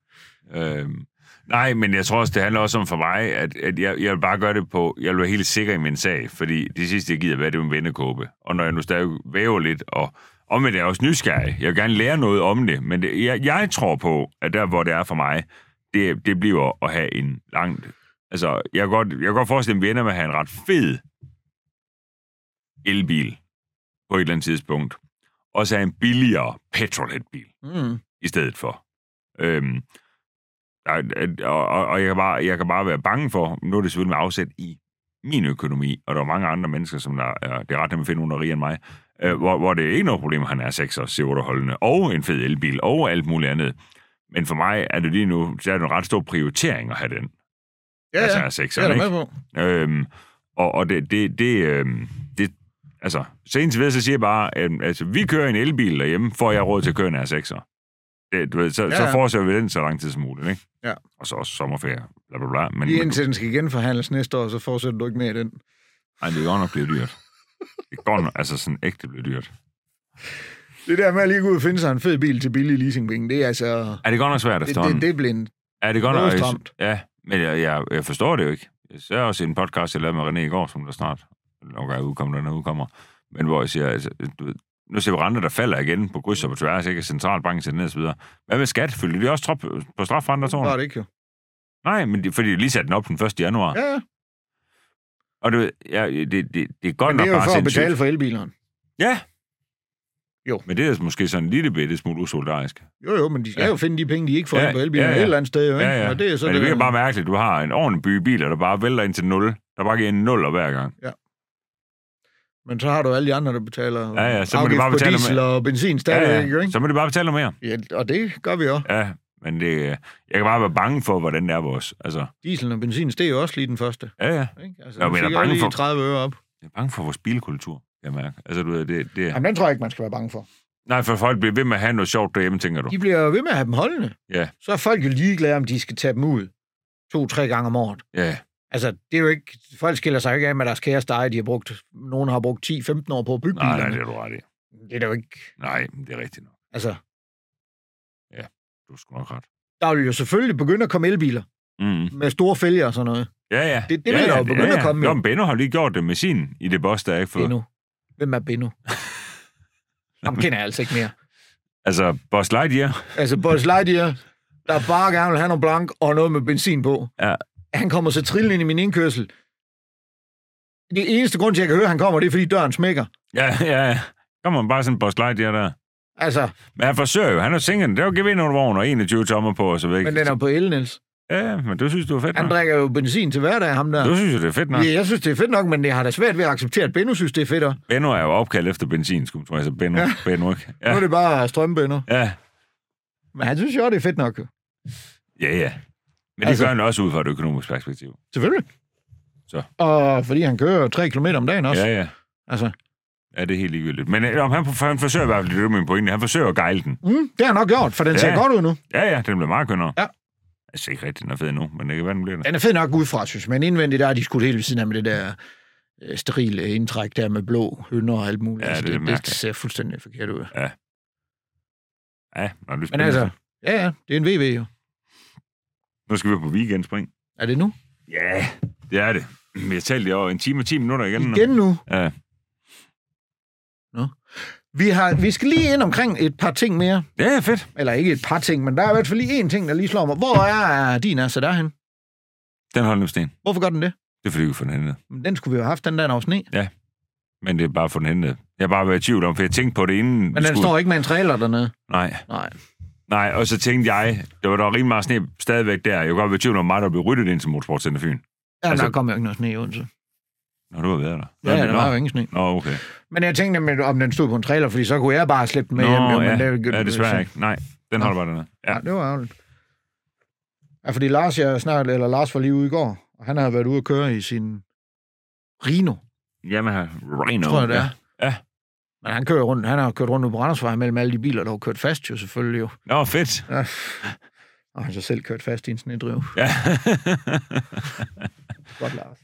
A: Øhm. Nej, men jeg tror også, det handler også om for mig, at, at jeg, jeg vil bare gøre det på, jeg vil være helt sikker i min sag, fordi det sidste, jeg gider være, det er jo en vendekåbe. Og når jeg nu stadig væver lidt, og omvendt er jeg også nysgerrig, jeg vil gerne lære noget om det, men det, jeg, jeg tror på, at der, hvor det er for mig, det, det bliver at have en langt... Altså, jeg kan godt, jeg kan godt forestille mig, at vi ender med at have en ret fed elbil på et eller andet tidspunkt, og så have en billigere petrolheadbil
B: Mm.
A: i stedet for. Øhm, og- og, og, og jeg, kan bare, jeg kan bare være bange for, nu er det selvfølgelig med afsæt i min økonomi, og der er mange andre mennesker, som der, er, det er ret nemt at finde nogen, der er rigere end mig, øh, hvor, hvor det er ikke noget problem, at han er 6 og 7 holdende og en fed elbil, og alt muligt andet. Men for mig er det lige nu, så er det en ret stor prioritering at have den.
B: Ja, ja,
A: altså,
B: altså,
A: er
B: det
A: 6'eren,
B: er du
A: ikke?
B: med på.
A: Øhm, og, og det, det, det, øhm, det, altså, senest ved, så siger jeg bare, at altså, vi kører en elbil derhjemme, får jeg råd til at køre en R6'er. Det, du ved, så, ja,
B: Ja,
A: ja. så
B: ja.
A: fortsætter vi den så lang tid som muligt, ikke?
B: Ja.
A: Og så også sommerferie, bla bla bla. Men,
B: Lige
A: men
B: indtil den skal genforhandles næste år, så fortsætter du ikke med i den.
A: ej, det er godt nok blevet dyrt. Det er godt nok, altså sådan ægte blevet dyrt.
B: Det der med at lige gå ud og finde sig en fed bil til billig leasingpenge, det er altså...
A: Er det godt nok svært at
B: Det,
A: stå
B: det, det er blindt.
A: Er det godt nok?
B: noget stramt.
A: Ja, men jeg, jeg, jeg forstår det jo ikke. Jeg ser også en podcast, jeg lavede med René i går, som der snart nok er udkommet, når den udkommer. Men hvor jeg siger, altså, du ved, nu ser vi renter, der falder igen på kryds og på tværs, ikke? Centralbanken sætter ned og så videre. Hvad med skat? Følger de også trop øh, på strafrenter, tror
B: Var
A: jeg?
B: det ikke jo.
A: Nej, men de, fordi de lige satte den op den 1. januar. Ja.
B: Ja, ja.
A: Og du ved, ja, det, det, det er godt
B: Men det
A: nok
B: er jo
A: bare
B: for at
A: sindssygt.
B: betale for elbilerne.
A: Ja.
B: Jo.
A: Men det er måske sådan en lille bitte smule usolidarisk.
B: Jo, jo, men de skal
A: Ja.
B: ja. jo finde de penge, de ikke får
A: Ja,
B: ja, ind på elbilerne
A: ja,
B: ja,
A: ja.
B: ja. et eller andet sted, jo, ikke?
A: Ja, ja.
B: Og det er så
A: men det
B: det,
A: virker bare mærkeligt, at du har en ordentlig by biler, der bare vælter ind til 0. Der bare giver en 0 hver gang.
B: Men så har du alle de andre, der betaler
A: Ja, ja, så må
B: afgift
A: det bare
B: på
A: betale
B: diesel
A: med-
B: og benzin stadigvæk, ja, ja. ikke?
A: Så må det bare betale noget mere.
B: Ja, og det gør vi også.
A: Ja, men det, jeg kan bare være bange for, hvordan det er vores. Altså,
B: Diesel og benzin steg jo også lige den første.
A: ja, ja.
B: Ikke? Altså,
A: Jo,
B: den
A: men jeg er
B: fik
A: bange
B: også
A: for-
B: lige 30 øre op.
A: Jeg er bange for vores bilkultur, kan jeg mærke. Altså, du ved, det, det...
B: Jamen, den tror jeg ikke, man skal være bange for.
A: Nej, for folk bliver ved med at have noget sjovt derhjemme, tænker du.
B: De bliver jo ved med at have dem holdende.
A: Ja.
B: Så er folk jo ligeglade, om de skal tage dem ud to-tre gange om året.
A: Ja,
B: Altså, det er jo ikke... Folk skiller sig jo ikke af med deres kæreste eje, de har brugt... Nogen har brugt 10-15 år på at bygge
A: nej, nej,
B: bilerne.
A: det er du ret i.
B: det er da jo ikke...
A: Nej, men det er rigtigt nok.
B: Altså,
A: Du er sgu nok ret.
B: der vil jo selvfølgelig begynde at komme elbiler
A: Mm.
B: med store fælger og sådan noget.
A: Ja, ja.
B: Det- det
A: ja,
B: vil der jo begynde at komme, jo.
A: Jo, men Benno har lige gjort det med sin i det boss, der er ikke for...
B: Benno. Hvem er Benno? Ham kender jeg altså ikke mere.
A: Altså, Boss Lightyear.
B: Altså, Buzz Lightyear, der bare gerne vil have noget blank og noget med benzin på.
A: Ja.
B: Han kommer så trillende ind i min indkørsel. Det eneste grund til, at jeg kan høre, at han kommer, det er, fordi døren smækker.
A: Ja, ja, ja. Kommer man bare sådan en Boss Lightyear der.
B: Altså,
A: Men han forsøger jo. Han har sænket den. Det er jo gevindervogn og 21 tommer på, og så væk.
B: men den er på el, Niels.
A: Ja, men du synes, du er fedt
B: Han
A: nok.
B: drikker jo benzin til hverdag, ham der.
A: Du synes jo, det er fedt nok.
B: Ja, jeg synes, det er fedt nok, men jeg har da svært ved at acceptere, at Benno synes, det er fedt. Ja.
A: Benno er jo opkaldt efter benzin, skulle man tro. Altså Benno, ja. Benno, ikke?
B: Nu
A: Ja.
B: er det bare strømbenno.
A: ja,
B: Men han synes jo, det er fedt nok. jo.
A: ja, ja. Men det altså...
B: Altså-
A: gør han også ud fra et økonomisk perspektiv.
B: Selvfølgelig.
A: Så.
B: Og fordi han kører 3 km om dagen også.
A: Ja,
B: Ja.
A: ja.
B: Altså,
A: Ja, det er helt ligegyldigt. Men øh, om han, han forsøger i hvert fald, det er min pointe, han forsøger at gejle den.
B: mm, det har han nok gjort, for den
A: Ja.
B: ja. ser godt ud nu.
A: Ja, ja, den bliver meget kønnere.
B: Ja.
A: Altså ikke rigtig, den er fed nu, men det kan være, den bliver det.
B: Den er fed nok udefra, synes jeg, men indvendigt der er de skudt helt ved siden af med det der øh, sterile indtræk der med blå hønder og alt muligt.
A: Ja,
B: Altså,
A: det er
B: det, det,
A: mærkeligt.
B: ser fuldstændig forkert ud.
A: Ja, når det
B: Men altså, ja, ja, det er en VV jo.
A: Nu skal vi på weekendspring.
B: Er det nu?
A: Ja, det er det. Vi har talt i over en time og 10 minutter igen. nu.
B: Igen nu.
A: Ja.
B: Vi, har, vi skal lige ind omkring et par ting mere.
A: ja, fedt.
B: Eller ikke et par ting, men der er i hvert fald lige én ting, der lige slår mig. Hvor er din altså derhen?
A: Den holder nu sten.
B: Hvorfor gør den det?
A: Det er fordi, vi får den hentet.
B: Men Den skulle vi jo have haft den der når sne.
A: Men det er bare for den hentet. Jeg har bare været i tvivl om, for jeg tænkte på det inden. vi
B: Men den
A: skulle-
B: står ikke med en trailer dernede.
A: Nej.
B: Nej.
A: Nej, og så tænkte jeg, der var der rimelig meget sne stadigvæk der. Jeg kunne godt være i tvivl om mig, der blev ryddet ind til Motorsportcenter Fyn.
B: Ja,
A: Altså-
B: altså, der kom jo ikke noget sne i Odense.
A: Nå, du har været der.
B: Ja, ja,
A: Nå,
B: der var jo ingen sne.
A: Nå, okay.
B: Men jeg tænkte, nemlig, om den stod på en trailer, fordi så kunne jeg bare slippe den med hjem. jo,
A: Nå,
B: men
A: ja.
B: jo
A: ja, desværre ikke. Nej, den
B: Nå.
A: holder bare dernede.
B: Ja.
A: Ja.
B: det var ærgerligt. Ja, fordi Lars, jeg snakkede, eller Lars var lige ude i går, og han har været ude at køre i sin Rino,
A: Yamaha Reno.
B: tror jeg det
A: ja.
B: er.
A: Ja.
B: Men han, kører rundt, han har kørt rundt på Brandersvej mellem alle de biler, der har kørt fast jo selvfølgelig jo.
A: Nå, fedt.
B: Ja. Og han har så selv kørt fast i en snedriv.
A: Ja.
B: Godt, Lars.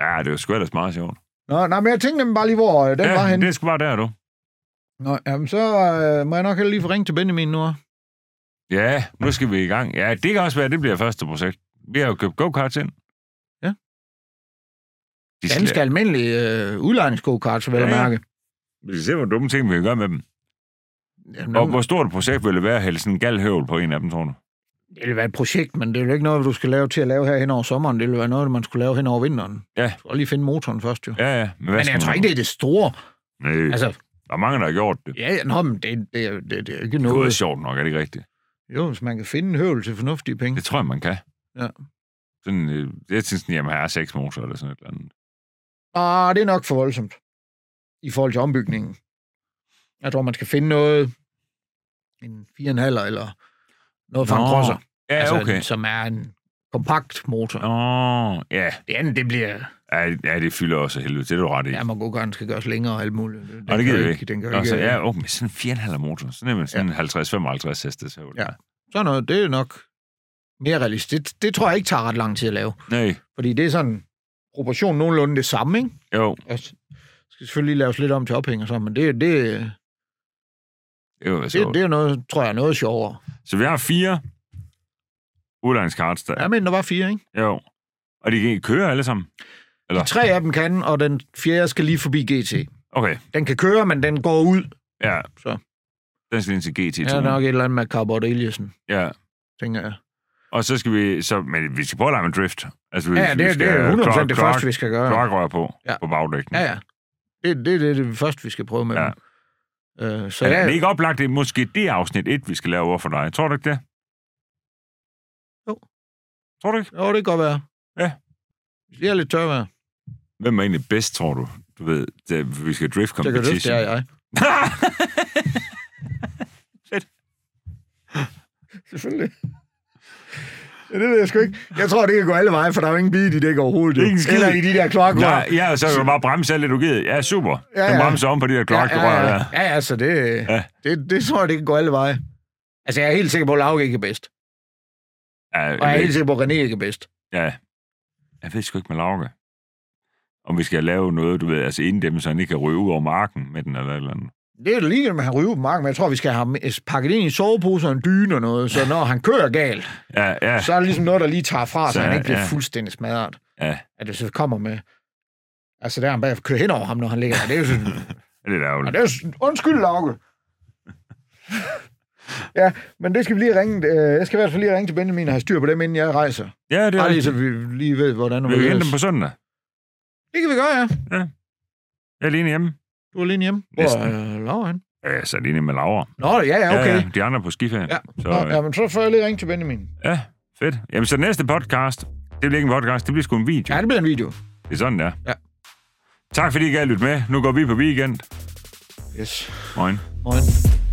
A: ja, det var sgu ellers meget sjovt.
B: Nå, nej, men jeg tænkte nemlig bare lige, hvor øh, den
A: ja,
B: var henne.
A: det er sgu bare der, du.
B: Nå, jamen, så øh, må jeg nok heller lige få ringet til Benjamin nu.
A: Ja, nu skal vi i gang. Ja, det kan også være, at det bliver første projekt. Vi har jo købt go-karts ind.
B: Ja.
A: De skal,
B: Ganske almindelig øh, udlejningsgokart, så vel at
A: Ja, ja.
B: mærke.
A: Vi skal se, hvor dumme ting vi kan gøre med dem.
B: Jamen,
A: Og hvor stort et projekt ville det være at hælde sådan en galhøvel på en af dem, tror du?
B: Det ville være et projekt, men det er jo ikke noget, du skal lave til at lave her hen over sommeren. Det ville være noget, man skulle lave hen over vinteren.
A: Ja.
B: Du skal også lige finde motoren først, jo. Ja,
A: Ja, ja. hvad
B: men
A: skal
B: jeg tror
A: man-
B: ikke, det er det store.
A: Nej, altså,
B: Altså,
A: der er mange, der har gjort det.
B: ja, ja, nå, men det, det, er- det, det er jo ikke
A: Det er
B: noget. Mm.
A: sjovt nok, er det ikke rigtigt?
B: Jo, hvis man kan finde en høvel til fornuftige penge.
A: Det tror jeg, man kan.
B: Ja.
A: Sådan, øh, jeg synes, at jeg har seks motor eller sådan et eller andet.
B: Ah, det er nok for voldsomt. I forhold til ombygningen. Jeg tror, man skal finde noget. En 4,5 eller noget fra en
A: Nå,
B: crosser.
A: Ja, altså, okay.
B: Som er en kompakt motor.
A: Nå, ja.
B: Det andet, det bliver...
A: ja. Ja, det fylder også af helvede. Det er du ret i.
B: Ja, man godt den skal gøres længere og alt muligt. Den
A: det
B: kan
A: gider
B: jo
A: vi
B: Den kan jo
A: Nå, så,
B: ikke...
A: ja, oh, men sådan en 4,5 motor. Sådan en sådan 50-55 hestes høvl.
B: Ja. Sådan noget, det er nok mere realistisk. Det, det tror jeg ikke tager ret lang tid at lave.
A: Nej,
B: Fordi det er sådan proportion nogenlunde det samme, ikke?
A: jo.
B: Jeg skal selvfølgelig laves lidt om til ophæng og sådan, men det, det,
A: Det var
B: det,
A: sjovt.
B: det er noget, tror jeg, er noget sjovere.
A: Så vi har fire udlejningskarts der.
B: Jeg mener, der var fire, ikke?
A: Jo. Og de kan ikke køre alle sammen? Eller?
B: Tre af dem kan, og den fjerde skal lige forbi GT.
A: Okay,
B: Den kan køre, men den går ud.
A: ja.
B: Så.
A: Den skal ind til gt
B: Det er nok et eller andet med Carbot Eliassen,
A: Ja.
B: tænker jeg.
A: Og så skal vi... Så, men vi skal prøve at lege med drift. Altså, vi,
B: Ja,
A: vi
B: det,
A: skal
B: det er 100%
A: klokke-
B: det
A: klokke-
B: første, vi skal gøre.
A: klokrør på,
B: Ja.
A: på bagdækken.
B: Ja, ja. Det, det, det er det første, vi skal prøve med.
A: Ja.
B: Ja. Øh, så
A: Så er det
B: jeg,
A: ikke oplagt, det er måske det afsnit 1, vi skal lave over for dig? Tror du ikke det?
B: Jo.
A: Tror du ikke?
B: jo, det kan godt være.
A: Ja.
B: Hvis jeg er lidt tør vejr,
A: Hvem er egentlig bedst, tror du? Du ved, det, vi skal drift
B: så kan
A: competition.
B: det, det er jeg. Selvfølgelig. Ja, det ved jeg sgu ikke. Jeg tror, det kan gå alle veje, for der er jo ingen bid i det overhovedet.
A: Ingen skid.
B: Eller i de der klokker.
A: Nej, ja, så kan du bare bremse alt det, du gider. Ja, super. Ja,
B: Ja,
A: ja. Den
B: ja.
A: bremser om på de der klokke,
B: ja, ja,
A: der.
B: ja. ja, altså det,
A: Ja.
B: ja. det, det tror jeg, det kan gå alle veje. Altså, jeg er helt sikker på, at Lauke ikke er bedst.
A: Ja,
B: Og jeg er
A: jeg,
B: helt
A: ved,
B: sikker på, at René ikke er bedst.
A: ja. jeg ved sgu ikke med Lauke. Om vi skal lave noget, du ved, altså inden dem, så han ikke kan ryge ud over marken med den eller et eller andet.
B: Det er da ligegyldigt med, at han ryger på marken, men jeg tror, vi skal have ham øh, pakket ind i en sovepose og en dyne og noget, så når han kører galt,
A: Ja, ja.
B: så er det ligesom noget, der lige tager fra, så,
A: Så,
B: han ikke bliver
A: ja.
B: fuldstændig smadret.
A: Ja.
B: At det så kommer med... Altså, der er han bare kører hen over ham, når han ligger der. Det er jo sådan,
A: Det er da
B: Og
A: ærgerligt.
B: det er jo- undskyld, Lauke. ja, men det skal vi lige ringe. øh, Jeg skal i hvert fald lige ringe til Benjamin og have styr på dem, inden jeg rejser.
A: Ja, det er
B: Bare lige så
A: rigtigt.
B: vi lige ved, hvordan og
A: Vi kan hente
B: hvorledes.
A: dem på søndag.
B: Det kan vi gøre, ja.
A: Jeg er alene hjemme.
B: Du er alene hjemme. Hvor
A: Næsten.
B: er øh, Laura han?
A: Ja, så er alene med Laura.
B: Nå, ja, ja, okay.
A: Ja, ja, de andre er på skiferien.
B: Ja.
A: Så,
B: Nå,
A: øh,
B: ja, men så får jeg lige ringe til Benjamin.
A: ja, fedt. Jamen, så næste podcast, det bliver ikke en podcast, det bliver sgu en video.
B: Ja, det bliver en video.
A: Det er sådan, der.
B: Ja.
A: Tak fordi I gad lytte med. Nu går vi på weekend.
B: Yes.
A: Moin.
B: Morgen.